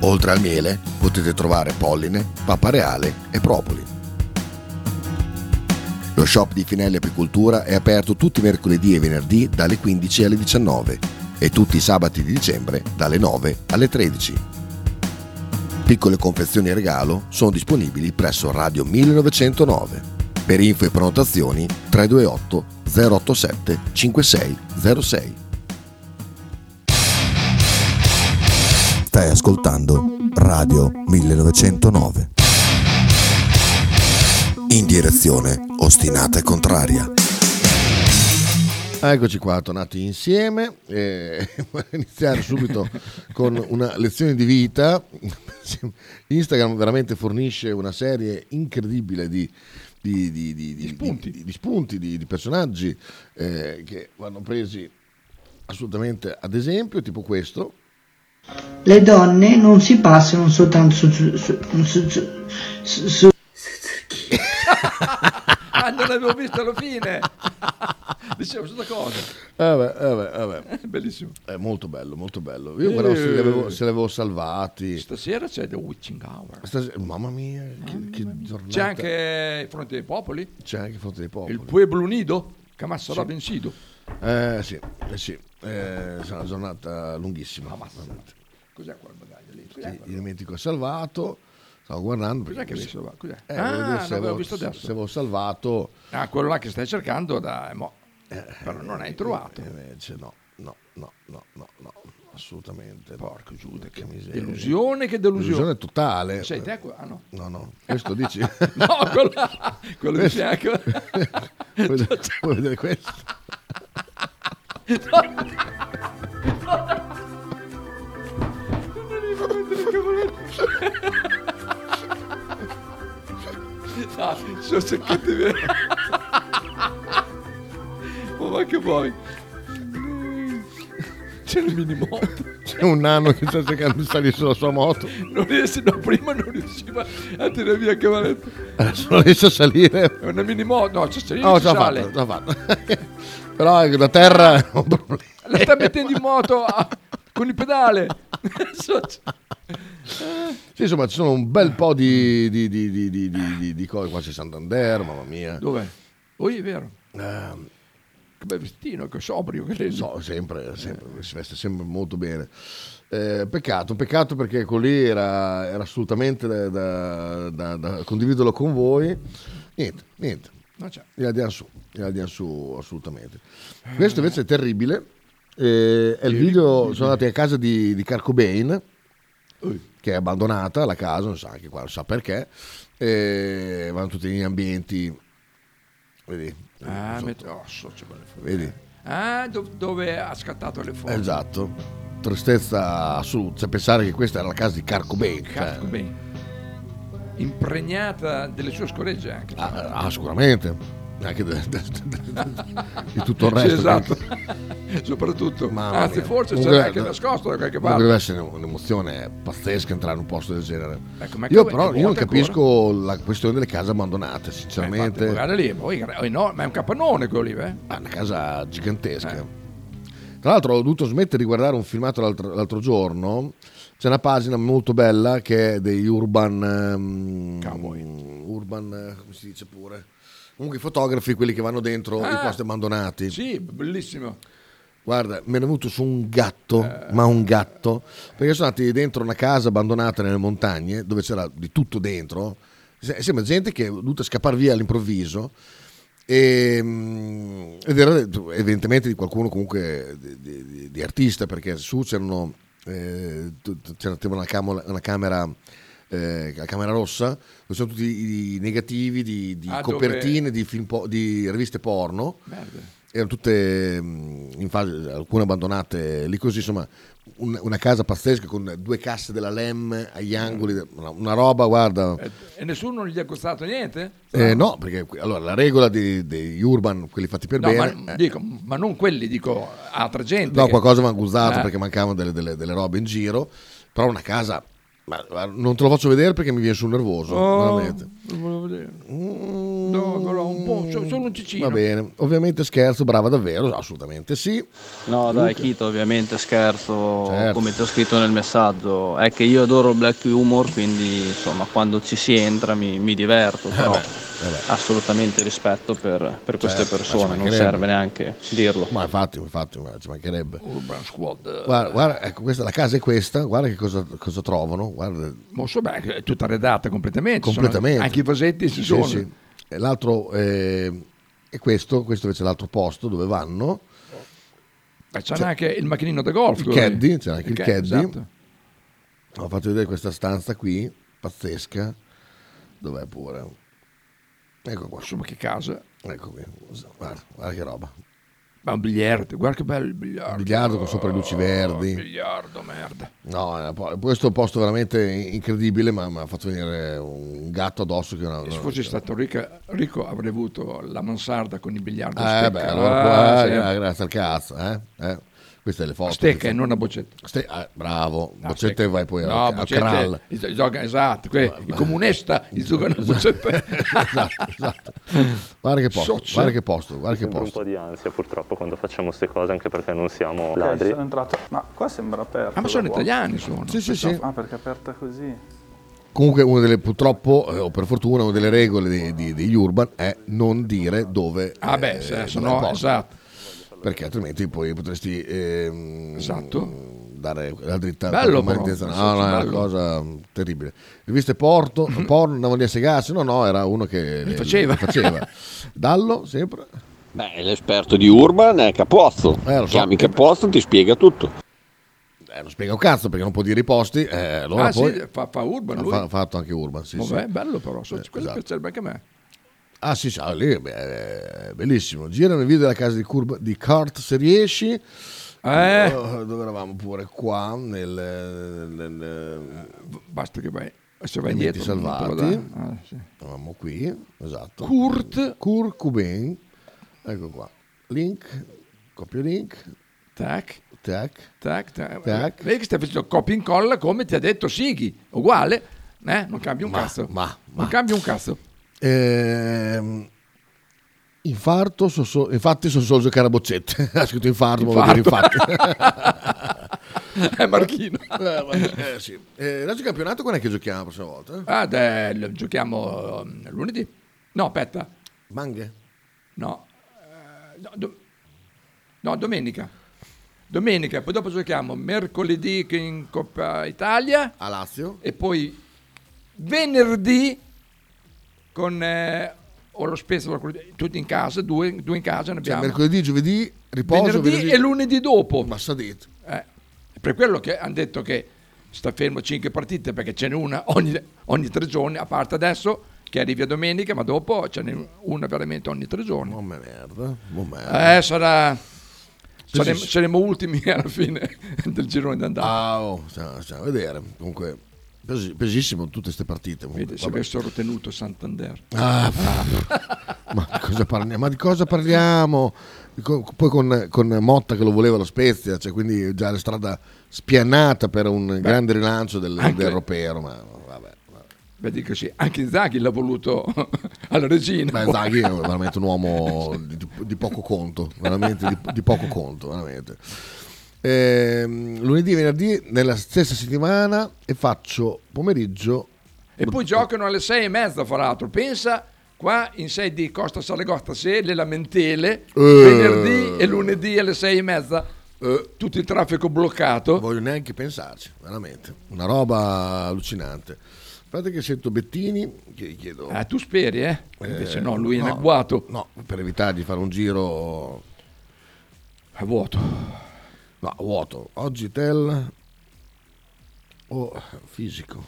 A: Oltre al miele potete trovare polline, papareale e propoli. Lo shop di Finelli Apicoltura è aperto tutti i mercoledì e venerdì dalle 15 alle 19 e tutti i sabati di dicembre dalle 9 alle 13. Piccole confezioni regalo sono disponibili presso Radio 1909. Per info e prenotazioni 328 087 5606.
M: Stai ascoltando Radio 1909. In direzione ostinata e contraria.
A: Eccoci qua, tornati insieme. E iniziare subito con una lezione di vita. Instagram veramente fornisce una serie incredibile di, di, di- di- di- di- di spunti, di, di personaggi eh, che vanno presi assolutamente ad esempio, tipo questo.
S: Le donne non si passano soltanto su, su, su- su- su- su- su-
D: Ah, non avevo visto la fine. Dicevo questa cosa.
A: Eh beh, eh beh, eh beh.
D: Bellissimo.
A: È molto bello, molto bello. Io guardavo se li avevo, se li avevo salvati.
D: Stasera c'è The Witching Hour.
A: Stas- mamma mia, che, che giornata.
D: C'è anche Fronte dei Popoli.
A: C'è anche Fronte dei Popoli.
D: Il Pueblo Unido. Camassa la vencido.
A: Eh sì, eh sì. Eh, sarà una giornata
D: Ah,
A: lunghissima. veramente.
D: Cos'è quel bagaglio lì?
A: Sì,
D: Cos'è quello?
A: Il dimentico è salvato. Stavo guardando.
D: Cos'è
A: perché
D: che avevi
A: volevo-
D: salvato? Cos'è?
A: Eh,
D: Ah,
A: volevo vedere se
D: l'avevo
A: avevo,
D: visto adesso.
A: se avevo salvato.
D: Ah, quello là che stai cercando da... Mo. Però non hai trovato.
A: Eh, Invece no, no, no, no, no, no, assolutamente.
D: Porco Giuda,
A: che miseria.
D: Delusione che delusione.
A: Delusione totale.
D: Sei te? que- Ah no.
A: No, no, questo dici?
D: No, quello, quello ecco. di fianco.
A: Vuoi vedere- vuoi vedere questo?
D: Ah, sono cercati di... Oh, ma che vuoi? C'è il minimoto.
A: C'è un nano che sta cercando di salire sulla sua moto.
D: Non riesce, no, prima non riusciva a tirare via il cavalletto.
A: Adesso non riesce a salire.
D: È una minimoto. No, c'è c'è lì,
A: Oh,
D: ci
A: già
D: sale.
A: fatto, già fatto. Però ecco, la terra è un problema.
D: La sta mettendo in moto ah, con il pedale. Eh,
A: Sì, insomma, ci sono un bel po' di, di, di, di, di, di, di- di cose. Qua c'è Santander, mamma mia.
D: Dov'è? Oi, è vero.
A: Ehm,
D: Che bel vestino, che sobrio. Che lei-
A: so, sempre, sempre, si veste sempre molto bene. Eh, peccato, peccato perché quello lì era, era assolutamente da, da- da- da condividerlo con voi. Niente, niente.
D: No, certo. c'è.
A: Gliela diamo su, gliela diamo su assolutamente. Questo invece è terribile. Eh, è il video, sono andati a casa di, di Carcobain, che è abbandonata la casa, non sa anche qua, non sa perché. Eh, vanno tutti in ambienti. Vedi?
D: Ah,
A: Sotto.
D: met- oh, so, c'è quelle foto.
A: Eh, Vedi?
D: Ah, do- dove ha scattato le foto.
A: Esatto. Tristezza assoluta, cioè, pensare che questa era la casa di eh. Carcobain.
D: Kurt Cobain. Impregnata delle sue scoregge anche.
A: Ah, sicuramente. Anche de- de- de- di tutto il
D: Sì,
A: resto.
D: esatto.
A: quindi.
D: Soprattutto.
A: Mamma
D: Anzi,
A: mia.
D: forse
A: Comunque,
D: sarà anche
A: da-
D: nascosto da qualche
A: comunque
D: parte.
A: Deve essere un'emozione pazzesca entrare in un posto del genere.
D: Ecco, ma
A: io
D: come-
A: però
D: è
A: io non
D: vuota
A: capisco la questione delle case abbandonate, sinceramente.
D: Guarda lì, ma, poi- oh, no, ma è un capannone quello lì, eh?
A: Ma è una casa gigantesca. Tra l'altro ho dovuto smettere di guardare un filmato l'altro, l'altro giorno. C'è una pagina molto bella che è dei Urban ehm, Urban, eh, come si dice pure? Comunque i fotografi, quelli che vanno dentro i
D: Ah.
A: posti abbandonati.
D: Sì, bellissimo.
A: Guarda, mi è venuto su un gatto,
D: Eh.
A: ma un gatto, perché sono andati dentro una casa abbandonata nelle montagne dove c'era di tutto dentro. Se- Sembra gente che è dovuta scappare via all'improvviso. E, mm, ed era evidentemente di qualcuno comunque di, di- di- di artista, perché su c'erano, eh, tu- tu- c'era tipo una, camo- una camera. eh, la camera rossa dove sono tutti i negativi di, di
D: Ah, dove-
A: copertine di, film po- di riviste porno
D: Merda.
A: erano tutte mh, in fase, alcune abbandonate lì così, insomma, un- una casa pazzesca con due casse della LEM
D: Eh.
A: agli angoli, una, una roba, guarda.
D: E, e nessuno gli ha costato niente?
A: Eh, no, perché que- allora, la regola di- degli urban, quelli fatti per
D: No,
A: bene,
D: ma, dico, ma non quelli, dico altra gente.
A: no,
D: che-
A: qualcosa mi ha guzzato
D: Eh,
A: perché mancavano delle, delle- delle robe in giro, però una casa, ma, ma non te lo faccio vedere perché mi viene sul nervoso,
D: Oh,
A: veramente.
D: lo volevo vedere. No, però un po', so- solo un cicino.
A: Va bene, ovviamente scherzo, brava davvero, assolutamente sì.
T: No, dai,
A: Luca.
T: Kito, ovviamente scherzo,
A: Certo.
T: come ti ho scritto nel messaggio. È che io adoro il black humor, quindi insomma, quando ci si entra mi, mi diverto, però
A: Eh beh,
T: assolutamente rispetto per, per queste
A: Certo, ma ci
T: persone, non
A: mancherebbe.
T: serve neanche dirlo.
A: Ma infatti, infatti, ma ci mancherebbe.
D: Urban Squad.
A: Guarda, guarda, ecco, questa, la casa è questa, guarda che cosa, cosa trovano. Guarda,
D: Ma so, beh, è tutta redata completamente. Eh, sono-
A: completamente.
D: anche i vasetti ci sono.
A: E L'altro eh, è questo, questo invece è l'altro posto dove vanno.
D: Ma c'è anche il macchinino da golf.
A: Eh, Il
D: quello lì.
A: caddy, c'è anche il
D: ca-
A: caddy.
D: esatto.
A: Ho fatto vedere questa stanza qui, pazzesca. Dov'è pure? Ecco qua.
D: Insomma, che casa.
A: Ecco qui. Guarda, guarda che roba.
D: Ma un biliardo, guarda che bello il biliardo.
A: Biliardo con sopra le luci verdi.
D: Oh, biliardo, merda.
A: No, eh, po- questo è un posto veramente incredibile, ma mi ha fatto venire un gatto addosso che una,
D: Se fossi stato ricca- ricco avrei avuto la mansarda con il biliardo. a
A: Eh
D: stecca.
A: beh, allora qua,
D: Ah, sì.
A: gra- grazie al cazzo, eh? eh. Queste le foto.
D: Stecca
A: che-
D: e non a boccetta.
A: Ste- eh, bravo,
D: No,
A: boccette
D: stecca.
A: vai poi
D: No,
A: al, al
D: boccette,
A: cral.
D: il- gioca- esatto, que- il comunista, il giocano boccette.
A: esatto, esatto. Guarda che posto,
U: Socio.
A: guarda che posto, guarda che
U: Sempre
A: posto.
U: un po' di ansia purtroppo quando facciamo queste cose anche perché non siamo
V: Ok,
U: ladri.
V: sono entrato. Ma qua sembra aperto.
D: Ah, ma sono
V: da qua.
D: italiani, sono.
A: Sì, sì, sì.
V: Ah, perché è aperta così.
A: Comunque una delle, purtroppo, eh, o per fortuna, una delle regole di- di- degli urban è non dire dove... eh,
D: Ah, beh, se-
A: dove
D: se
A: è
D: no,
A: il posto.
D: esatto.
A: Perché altrimenti poi potresti... ehm, Dare la dritta
D: Esatto. Bello,
A: alla
D: però.
A: manutenzione.
D: Sì,
A: No, no,
D: sì,
A: è una
D: bello. Mm-hmm.
A: cosa terribile. Riviste Porto, Porno, andavano lì a segarsi. No, no, era uno che le-
E: faceva.
A: le faceva. Dallo, sempre.
E: Beh, l'esperto di Urban è Capozzo. Chiami Capozzo, ti spiega tutto.
A: Eh, non spiega un cazzo perché non può dire i posti. eh, allora
D: ah,
A: poi
D: sì, fa, fa Urban
A: ha
D: lui.
A: fa- fatto anche Urban. Sì,
D: Vabbè,
A: sì.
D: bello però, so,
A: Eh,
D: quello
A: esatto.
D: piacerebbe anche a me.
A: Ah sì, sì, ah, lì beh, è bellissimo. Girano il video della casa di, curva, di Cart se riesci.
D: Eh.
A: Oh, Dove eravamo pure qua nel, nel-
D: Basta che vai, se vai
A: Elementi
D: indietro. non te lo
A: salvati.
D: dà. Ah, sì.
A: Eravamo qui, esatto.
D: Kurt.
A: Kurt Cobain. Ecco qua. Link, copio link.
D: Tac.
A: Tac.
D: Tac, tac.
A: Tac.
D: Vedi che stai facendo copia e incolla come ti ha detto Sighi, uguale, eh? non cambia un cazzo. Non cambia un cazzo.
A: Ehm, infarto, so- so- infatti sono solo giocare a boccette. ha scritto infarto, ma vuol dire infatti.
D: È Marchino.
A: Eh, ma- eh, sì. Eh, il campionato quando è che giochiamo la prossima volta? eh?
D: Ah, dai, lo- giochiamo um, lunedì. No, aspetta.
A: Manghe?
D: No. eh, no, do- no, domenica. Domenica, poi dopo giochiamo mercoledì che in Coppa Italia.
A: A Lazio.
D: E poi venerdì con... eh, o lo Spezia, o la- tutti in casa, due, due in casa ne
A: Cioè,
D: abbiamo.
A: mercoledì, giovedì, riposo.
D: venerdì, e lunedì dopo.
A: Ma sa detto.
D: Eh, per quello che hanno detto che sta fermo 5 partite perché ce n'è una ogni, ogni tre giorni, a parte adesso che arrivi a domenica, ma dopo ce n'è una veramente ogni tre giorni.
A: Oh, merda. oh, merda.
D: Eh, sarà... saremo-
A: sì.
D: saremo ultimi alla fine del girone d'andata.
A: Ah, oh, stiamo, stiamo a vedere. Comunque, pes- pesissimo tutte queste partite.
D: Vedi, se
A: Vabbè.
D: avessero tenuto Santander.
A: Ah, pff, ma, cosa parliamo? ma di cosa parliamo? Co- Poi con, con Motta che lo voleva lo Spezia, cioè quindi già la strada spianata per un grande rilancio del,
D: anche-
A: del Ropero. Ma vabbè.
D: Vedi così, anche Zaghi l'ha voluto alla regina.
A: Beh, Zaghi è veramente un uomo di, di poco conto, veramente di, di poco conto, veramente. Ehm, lunedì e venerdì nella stessa settimana e faccio pomeriggio
D: E poi giocano alle sei e mezza, fra l'altro. Pensa qua in sei di Costa Salegosta se le lamentele,
A: Eh.
D: venerdì e lunedì alle sei e mezza, tutto il traffico bloccato.
A: Eh. Voglio neanche pensarci, veramente. una roba allucinante. Aspetta che sento Bettini che gli chiedo...
D: Ah, tu speri, eh? Invece no, lui è in
A: agguato. No, per evitare di fare un giro...
D: A vuoto.
A: No, a vuoto. Oggi tel... Oh, fisico.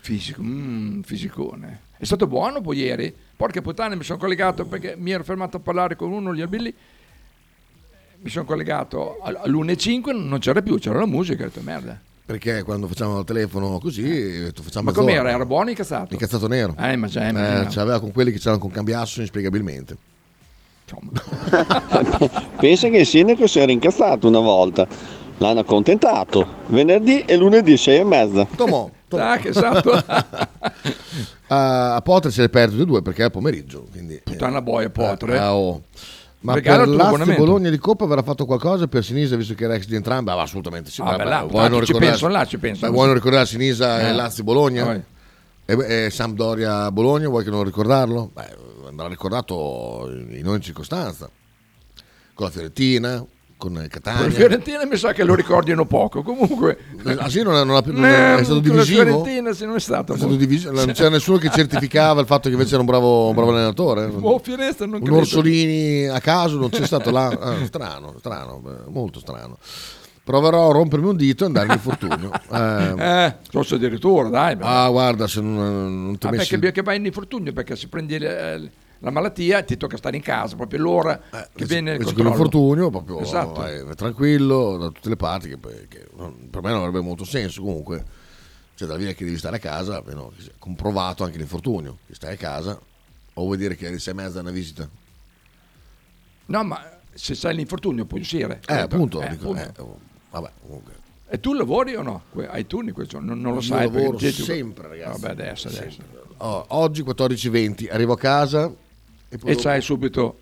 D: Fisico, mm, fisicone. È stato buono poi ieri? Porca puttana, mi sono collegato perché mi ero fermato a parlare con uno, gli abili. Mi sono collegato all'1.05, non c'era più, c'era la musica, ho detto merda.
A: Perché quando facciamo il telefono così, ho detto, facciamo
D: Ma
A: mezz'ora.
D: com'era? Era buono incazzato?
A: Incazzato nero.
D: Eh, ma già, immaginavo.
A: c'aveva con quelli che c'erano con cambiasso inspiegabilmente.
E: Pensa che il sindaco si era incazzato una volta. L'hanno accontentato. Venerdì e lunedì sei e mezza.
A: Tomò,
D: Ah, che esatto.
A: a, a Potre se le perde tutte e due perché è pomeriggio. Quindi,
D: Puttana boia, Potre.
A: Ah, oh. Ma
D: Regala
A: per
D: il tuo
A: Lazio
D: abbonamento.
A: Bologna di Coppa verrà fatto qualcosa per Sinisa visto che era ex di entrambi? Ah, assolutamente sì.
D: Ah, beh, là,
A: vuoi
D: là,
A: non
D: ci
A: ricordare-
D: penso, là ci penso.
A: Beh, vuoi non ricordare Sinisa
D: Eh.
A: e Lazio Bologna?
D: Ah,
A: E, e Sampdoria Bologna, vuoi che non ricordarlo? Beh, andrà ricordato in ogni circostanza. Con la Fiorentina, con il Catania.
D: Per Fiorentina mi sa che lo ricordino poco. Comunque,
A: Ah, sì, non, è- non ha- non è- è stato
D: Eh, con la
A: divisivo?
D: Fiorentina sì, non è stato.
A: È stato diviso- non c'era nessuno che certificava il fatto che invece era un bravo, un bravo allenatore.
D: Oh, Firenze, non
A: un
D: credo.
A: Orsolini a caso non c'è stato là. Ah, strano, strano, beh, molto strano. Proverò a rompermi un dito e andare in infortunio. Eh,
D: Eh, forse addirittura, dai. beh.
A: ah, guarda, se non, non ti
D: Ah,
A: messi.
D: perché, perché vai in infortunio, perché se prendi eh, la malattia ti tocca stare in casa, proprio l'ora che viene il
A: Eh, Invece che un
D: controllo.
A: infortunio, proprio
D: Esatto.
A: vai, vai tranquillo da tutte le parti, che, poi- che non- per me non avrebbe molto senso comunque. Cioè, da dire che devi stare a casa, almeno che sia comprovato anche l'infortunio, che stai a casa, o vuoi dire che alle sei e mezza è una visita?
D: No, ma se sai l'infortunio puoi uscire.
A: Eh, appunto,
D: Eh,
A: dico,
D: appunto.
A: eh, oh, vabbè, comunque.
D: E tu lavori o no? Que- Hai turni quel giorno? Non, non lo
A: Io
D: sai. perché
A: lavoro
D: il gente-
A: sempre, ragazzi.
D: Vabbè, adesso, adesso.
A: Oh, oggi 14.20, arrivo a casa e poi...
D: E
A: dopo-
D: c'hai subito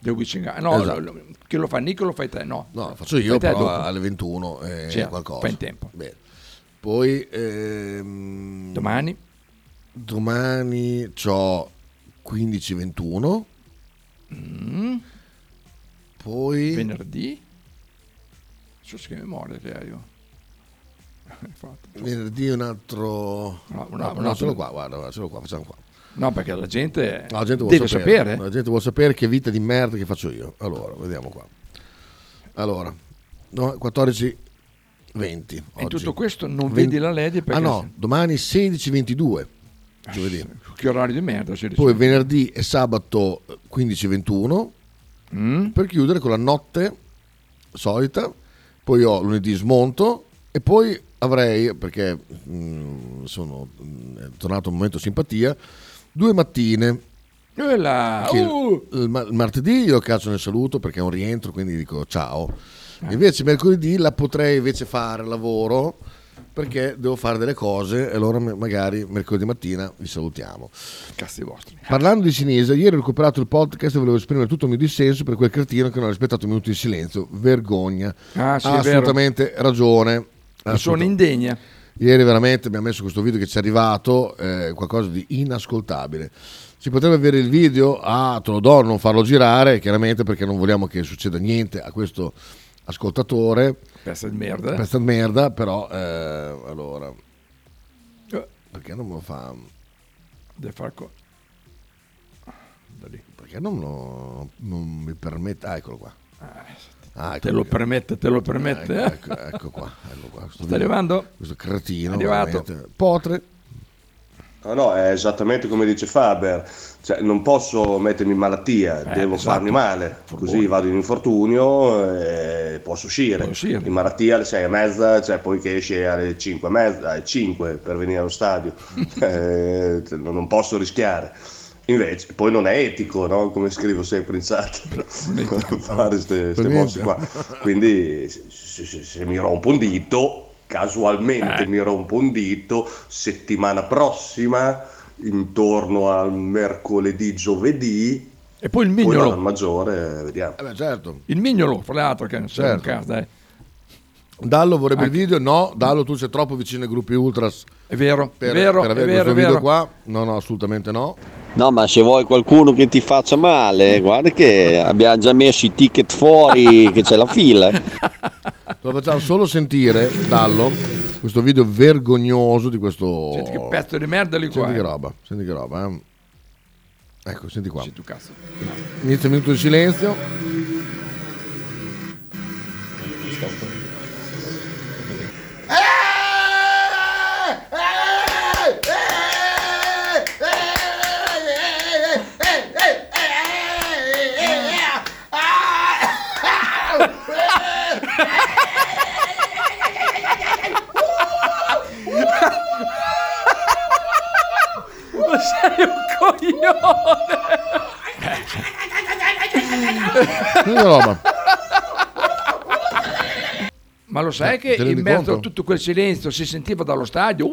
D: The Witching Hour. Ah, No,
A: Esatto.
D: lo- lo- chi lo fa Nico lo fai te? No,
A: No, lo faccio io,
D: Fai te
A: però
D: dopo.
A: alle 21 eh,
D: Sì,
A: qualcosa.
D: fai in tempo.
A: Bene. Poi... ehm,
D: Domani?
A: Domani ho 15.21. Poi...
D: Mm. Venerdì? Su che memoria che hai io. Hai fatto.
A: Venerdì un altro...
D: No, un-
A: No, no,
D: un altro-
A: ce l'ho qua, guarda, guarda, ce l'ho qua, facciamo qua.
D: No, perché la gente,
A: No, la gente vuol
D: Eh, deve sapere.
A: sapere. La gente vuol sapere che vita di merda che faccio io. Allora, vediamo qua. Allora, no, 14.20 oggi.
D: E in tutto questo non vedi la Lady perché Ah,
A: Ah no, domani 16.22, giovedì.
D: che orario di merda si
A: Poi venerdì e sabato 15.21, per chiudere con la notte solita. Poi ho lunedì smonto e poi avrei, perché mm, sono mm, è tornato un momento simpatia, due mattine
D: Quella,
A: che
D: uh,
A: il, ma- il martedì io cazzo nel saluto perché è un rientro, quindi dico ciao. Invece mercoledì la potrei invece fare al lavoro perché devo fare delle cose e allora me- magari mercoledì mattina vi salutiamo.
D: cazzi vostri.
A: Parlando di cinese, ieri ho recuperato il podcast e volevo esprimere tutto il mio dissenso per quel cretino che non ha rispettato un minuto di silenzio. Vergogna.
D: Ah, sì,
A: ha
D: è vero.
A: assolutamente ragione.
D: Sono
A: Assoluta-
D: indegna.
A: Ieri veramente abbiamo messo questo video che ci è arrivato, eh, qualcosa di inascoltabile. Si potrebbe avere il video, ah, te lo do, non farlo girare, chiaramente perché non vogliamo che succeda niente a questo ascoltatore.
D: Pezzo di merda.
A: Pezzo di merda, però eh, allora... Perché non me lo fa?
D: Eh. Deve far co-
A: Perché non, me lo- non mi permette... Ah, eccolo qua. Ah,
D: Eh, Te lo permette, te lo permette.
A: Ah, Ecco, ecco, ecco qua, ecco qua. Questo
D: Sta
A: video-
D: arrivando.
A: Questo cretino.
D: Arrivato.
A: veramente. Potre.
C: No, no, è esattamente come dice Faber, cioè, non posso mettermi in malattia, devo
D: esatto.
C: farmi male, così vado in infortunio e posso uscire. In malattia alle 6 e mezza, cioè, poi che esci alle 5 e mezza, alle 5 per venire allo stadio, Eh, non non posso rischiare. Invece, poi non è etico, no? come scrivo sempre in chat, fare queste
Q: Per niente.
C: mosse qua. Quindi se, se- se mi rompo un dito,
D: Eh.
C: casualmente mi rompo un dito, settimana prossima, intorno al mercoledì, giovedì,
D: E poi il
C: poi vado
D: mignolo.
C: al maggiore, eh, vediamo.
A: certo.
D: Il mignolo, fra l'altro, che non c'è un eh.
A: Certo.
D: cazzo, dai.
A: Dallo vorrebbe il video? No, Dallo tu sei troppo vicino ai gruppi ultras.
D: È vero,
A: per,
D: è vero,
A: per
D: è
A: avere
D: vero,
A: questo
D: è
A: video
D: vero.
A: qua. No, no, assolutamente no.
E: No, ma se vuoi qualcuno che ti faccia male, guarda che abbiamo già messo i ticket fuori, che c'è la fila.
A: Lo facciamo solo sentire, Dallo, questo video vergognoso di questo...
D: Senti che pezzo di merda lì qua.
A: Senti che
D: eh.
A: roba, senti che roba. eh. Ecco, senti qua.
D: Sì, tu cazzo.
A: Inizia un minuto di silenzio.
P: Ma sei un coglione!
A: Senti che roba.
D: Ma lo sai
A: Eh,
D: che
A: te rendi
D: in mezzo a
A: conto?
D: tutto quel silenzio si sentiva dallo stadio? Uh, uh,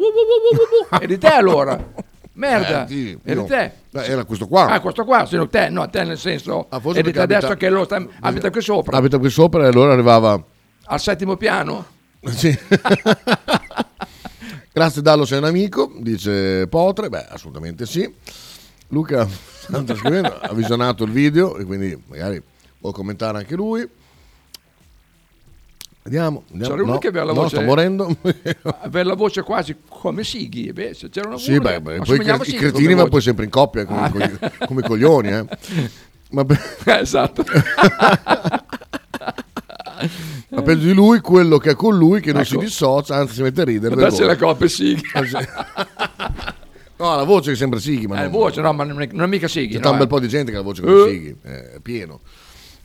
D: uh, uh, uh, uh. Eri te allora? Merda,
A: Eh, sì,
D: eri
A: io-
D: te.
A: Beh, era questo qua. Ah,
D: Ah, questo qua, se no te, no, te nel senso,
A: forse
D: eri te
A: perché
D: adesso
A: abita-
D: che lo sta- abita qui sopra,
A: Abita qui sopra e allora arrivava...
D: al settimo piano.
A: Sì. Grazie Dallo, sei un amico, dice Potre, beh assolutamente sì. Luca sta scrivendo, ha visionato il video e quindi magari può commentare anche lui. Vediamo, vediamo.
D: C'era uno
A: no,
D: che aveva la
A: no,
D: voce-
A: sta morendo.
D: Aveva la voce quasi come Sighi, beh, se c'era una
A: sì, beh, beh, poi i cre- i cretini vanno poi sempre in coppia come,
D: Ah.
A: cogli- come coglioni. Eh. Ma pe-
D: Esatto.
A: Ma peggio di lui, quello che è con lui, che non si
D: Ecco.
A: dissocia, anzi si mette a ridere. per
D: Adesso
A: loro.
D: la coppia Sighi.
A: Ah, No, la voce che sembra Sighi, ma
D: Eh,
A: non-
D: voce, no, ma non è, non è mica Sighi.
A: C'è
D: no,
A: un bel
D: eh.
A: po' di gente che ha la voce come
D: Eh.
A: Sighi, eh, è pieno.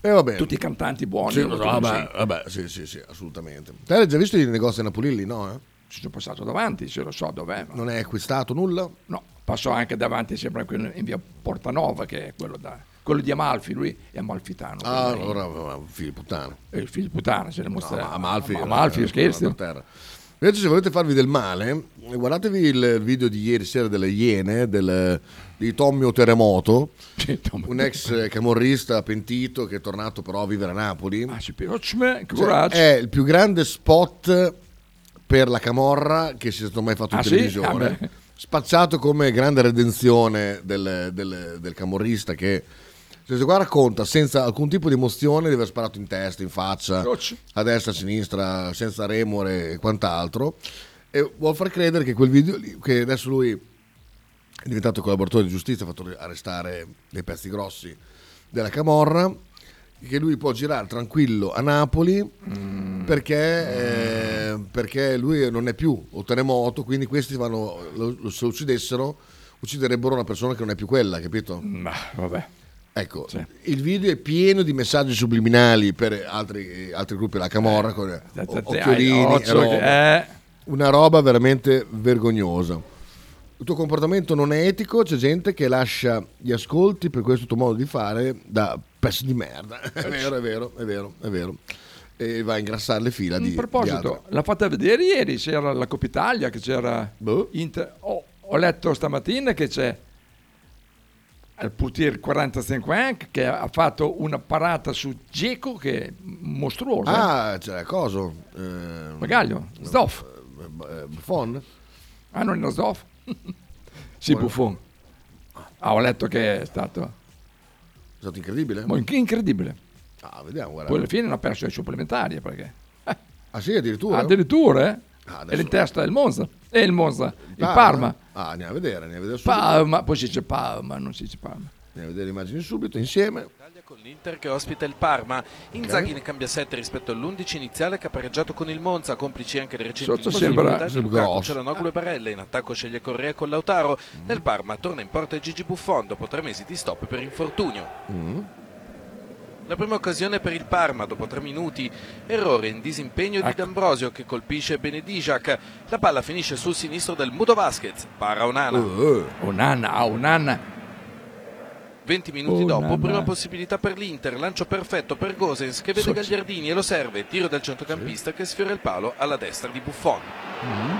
A: E vabbè.
D: Tutti i cantanti buoni.
A: Sì,
D: la voce
A: no,
D: come
A: vabbè,
D: Sighi.
A: vabbè, sì, sì, sì, assolutamente. Te hai già visto i negozi napolilli, no? eh?
D: Ci sono passato davanti, se lo so dov'è. ma-
A: Non hai acquistato nulla?
D: No, passò anche davanti, sembra quello in via Portanova, che è quello, da- quello di Amalfi, lui è amalfitano.
A: Ah,
D: quindi-
A: allora, vabbè, figlio di puttana.
D: Eh, il figlio di puttana, se ne mostra.
A: No, ma Amalfi,
D: Ma Amalfi,
A: eh,
D: scherzi?
A: per terra. Invece, se volete farvi del male, guardatevi il video di ieri sera delle Iene, del- di Tommio Terremoto, un ex camorrista pentito che è tornato però a vivere a Napoli.
D: Ah,
A: Cioè,
D: Piacme, coraggio.
A: è il più grande spot per la camorra che sia stato mai fatto in
D: Ah, sì?
A: televisione.
D: Ah, beh.
A: Spacciato come grande redenzione del, del- del camorrista che cioè, se qua racconta senza alcun tipo di emozione di aver sparato in testa, in faccia,
D: Coach.
A: a destra, a sinistra, senza remore e quant'altro. E vuol far credere che quel video lì, che adesso lui è diventato collaboratore di giustizia, ha fatto arrestare dei pezzi grossi della camorra, che lui può girare tranquillo a Napoli
D: Mm.
A: perché, eh, perché lui non è più un terremoto, quindi questi vanno, lo, lo- se lo uccidessero, ucciderebbero una persona che non è più quella, capito?
D: Ma vabbè.
A: Ecco, il video è pieno di messaggi subliminali per altri, altri gruppi, la Camorra, con eh, o-
D: te- te-
A: occhiolini,
D: hai occhio
A: e roba.
D: che- eh.
A: una roba veramente vergognosa. Il tuo comportamento non è etico, c'è gente che lascia gli ascolti per questo tuo modo di fare da pezzo di merda. È vero, è vero, è vero, è vero. E va a ingrassare le fila di...
D: Mm, A proposito,
A: di
D: l'ha fatta vedere ieri, c'era la Coppa Italia, che c'era...
A: Boh.
D: Inter- oh, ho letto stamattina che c'è il portiere 45 anche, che ha fatto una parata su Geco che è mostruosa.
A: altri. Ah, c'era Coso. eh,
D: Eh. Bagaglio, Zoff.
A: eh, Buffon?
D: Ah, non era Zoff? sì,
A: Buono.
D: Buffon. Ah, ho letto che è stato...
A: È stato incredibile?
D: Ma inc- incredibile.
A: Ah, vediamo, guarda.
D: Poi alla fine l'ha perso ai supplementari, perché...
A: Ah sì, addirittura?
D: Addirittura, eh?
A: Ah, adesso-
D: Era in testa il Monza. E il Monza, il
A: Parma.
D: Parma.
A: Ah, andiamo a vedere, andiamo a vedere subito.
D: Parma, poi si dice Parma, non si dice Parma.
A: Andiamo a vedere le immagini subito insieme.
B: con l'Inter che ospita il Parma. Inzaghi
A: Ok.
B: ne cambia 7 rispetto all'11 iniziale che ha pareggiato con il Monza, complici anche le recenti
D: Sotto
B: impossibilità
D: sembra-
B: di
D: sembra
B: Lukaku,
D: grosso.
B: Cialanoglu e Barella. In attacco sceglie Correa con Lautaro. Nel Parma torna in porta Gigi Buffon dopo tre mesi di stop per infortunio. La prima occasione per il Parma dopo tre minuti, errore in disimpegno di D'Ambrosio che colpisce Benedijak. La palla finisce sul sinistro del Mudo Vasquez, para Onana.
D: Eh, Onana, ah, Onana.
B: 20 minuti
D: Oh,
B: dopo,
D: nanna.
B: prima possibilità per l'Inter, lancio perfetto per Gosens che vede
D: So-
B: Gagliardini e lo serve, tiro del centrocampista che sfiora il palo alla destra di Buffon. Al
D: Buffon.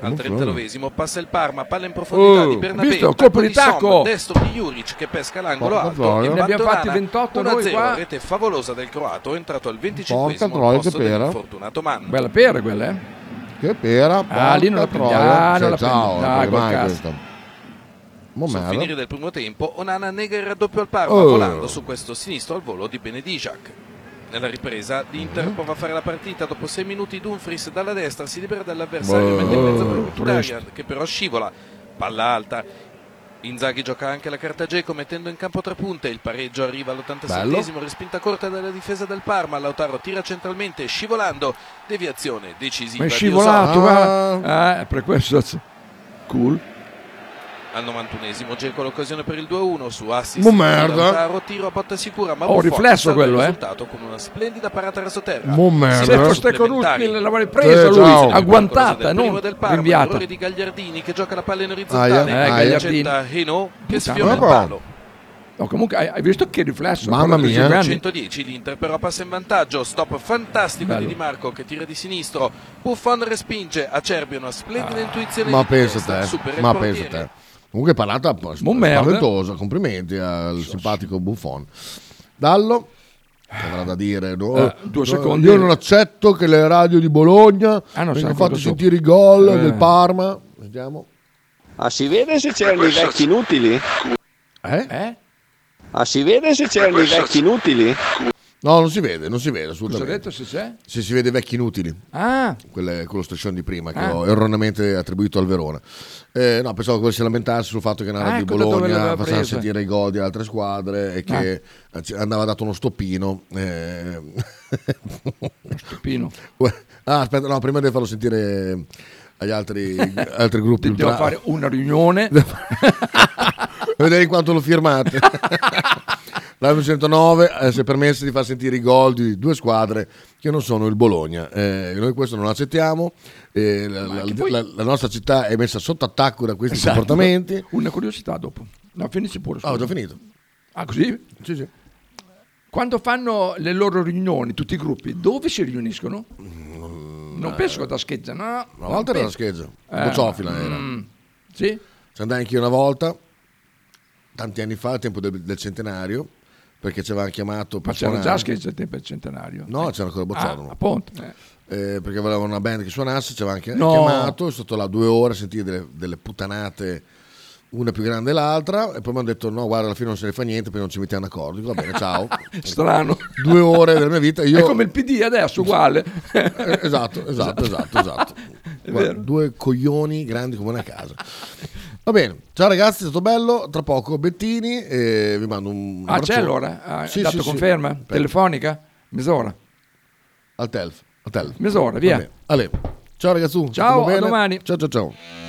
A: Oh.
B: 39 passa il Parma, palla in profondità
D: Oh,
B: di Bernabé,
D: visto?
B: tacco
D: Colpo di
B: Somma,
D: tacco!
B: destro di Juric che pesca l'angolo
A: Porca
B: alto
A: troia.
B: e
A: Ne abbiamo
B: Bandonana.
A: fatti 28 noi
B: 1-0,
A: qua.
B: rete favolosa del croato, entrato al 25
A: Porca troia,
B: posto
A: che pera.
B: dell'infortunato Mann.
D: Bella pera quella, eh?
A: Che pera,
D: Ah, lì non la
A: porca
D: prendi-
A: troia.
D: ah,
A: Cioè,
D: non la
A: ciao,
D: prendi- ah,
A: perché
D: col
A: mai
D: cazzo.
A: questa? Mo'
B: Sul
A: merda.
B: finire del primo tempo, Onana nega il raddoppio al Parma,
A: Oh.
B: volando su questo sinistro al volo di Benedijak. Nella ripresa,
D: Mm-hmm.
B: l'Inter prova a fare la partita. Dopo 6 minuti, Dumfries dalla destra si libera dall'avversario e mette in mezzo per Mkhitaryan, che però scivola. Palla alta. Inzaghi gioca anche la carta Geco mettendo in campo tre punte. Il pareggio arriva all'87esimo,
A: Bello.
B: respinta corta dalla difesa del Parma. Lautaro tira centralmente, scivolando. Deviazione decisiva.
D: Ma è
B: di
A: Ah.
D: scivolato,
B: Osaka.
D: va. Eh, per questo. Cool.
B: Al 91esimo Geco l'occasione per il 2-1 su assist.
D: Mo'
B: di
D: merda.
B: Lautaro, tiro a botta sicura, ma
D: Oh,
B: Buffon
D: riflesso
B: salva
D: quello,
B: il
D: eh.
B: risultato con una splendida parata rasoterra.
D: Mo' merda. Se foste con Ruskin l'avrei presa
B: Eh,
D: lui,
B: ciao.
D: agguantata,
B: Del primo
D: non
B: del Parma,
D: rinviata.
B: errore di Gagliardini che gioca la palla in orizzontale.
D: Aia, eh, Gagliardini.
B: Gagliardini. Hino che
D: Puttana.
B: sfiora il
D: Vabbè.
B: palo.
D: No, comunque hai, hai visto che riflesso?
A: Mamma
D: Parla di
A: mia.
D: Giovanni.
B: 110 l'Inter però passa in vantaggio stop fantastico
A: Bello.
B: di Di Marco che tira di sinistro Buffon respinge Acerbi una
D: Ah.
B: splendida intuizione
A: Ma
B: di
A: pensa
B: testa,
A: te,
B: supera il
A: ma
B: portiere.
A: pensa te. Comunque parlata sp-
D: merda.
A: spaventosa, complimenti al simpatico Buffon. Dallo che avrà da dire no?
D: Eh, due
A: No,
D: secondi.
A: Io non accetto che le radio di Bologna
D: Ah, no,
A: vengano
D: siamo
A: fatto
D: ancora sopra.
A: sentire i gol
D: Eh.
A: del Parma. Vediamo.
W: Ah, si vede se c'erano i vecchi inutili?
A: Eh?
W: Ah, si vede se c'erano i vecchi inutili?
A: No, non si vede, non si vede
D: Cosa ha
A: assolutamente.
D: detto se c'è?
A: Se si vede vecchi inutili.
D: Ah,
A: quelle- quello striscione di prima che
D: Ah.
A: ho erroneamente attribuito al Verona. Eh, no, pensavo che volesse lamentarsi sul fatto che Nara
D: Ah,
A: di
D: ecco da dove
A: Bologna
D: l'aveva
A: faceva
D: presa.
A: sentire i gol di altre squadre e che
D: Ah.
A: ac- andava dato uno stoppino. eh.
D: stoppino.
A: Ah, aspetta, no, prima devo farlo sentire agli altri, altri gruppi.
D: Devo fare una riunione.
A: Vedere quanto lo firmate. La 909 eh, si è permesso di far sentire i gol di due squadre che non sono il Bologna. Eh, noi questo non lo accettiamo. eh, la, la- la- la nostra città è messa sotto attacco da questi
D: Esatto.
A: comportamenti.
D: Una curiosità dopo. No, finisci pure.
A: Ah, ho già finito.
D: Ah, così?
A: Sì, sì.
D: Quando fanno le loro riunioni, tutti i gruppi, dove si riuniscono? non penso che da scheggia, no?
A: Mm, eh.
D: Eh.
A: Una volta era la scheggia, Bocciofila era.
D: mm, Sì?
A: Ci andai anch'io una volta, tanti anni fa, al tempo del, del centenario, perché ci avevano chiamato per
D: Ma c'era già
A: suonare.
D: scheggia al tempo del centenario.
A: No, c'era ancora Bocciorno.
D: Ah, appunto. Eh.
A: Eh, perché volevano una band che suonasse, ci avevano anche
D: No.
A: chiamato, è stato là due ore a sentire delle, delle puttanate, una più grande dell'altra, e poi mi hanno detto no, guarda, alla fine non se ne fa niente, perché non ci mettiamo d'accordo. Dico, va bene, ciao.
D: Strano.
A: Due ore della mia vita. Io...
D: È come il PD adesso, uguale.
A: Eh, esatto, esatto, esatto, esatto. Guarda,
D: vero.
A: due coglioni grandi come una casa. Va bene, ciao ragazzi, è stato bello. Tra poco Bettini, eh, vi mando un.
D: Ah, c'è
A: abbraccione.
D: allora? Ah,
A: Sì,
D: hai dato
A: sì, sì.
D: conferma?
A: Aspetta.
D: Telefonica? Mezz'ora.
A: Al telf. Al telf.
D: Mezz'ora, via.
A: Va bene. Ale, Ciao ragazzi,
D: Ciao, a domani.
A: Ciao ciao ciao.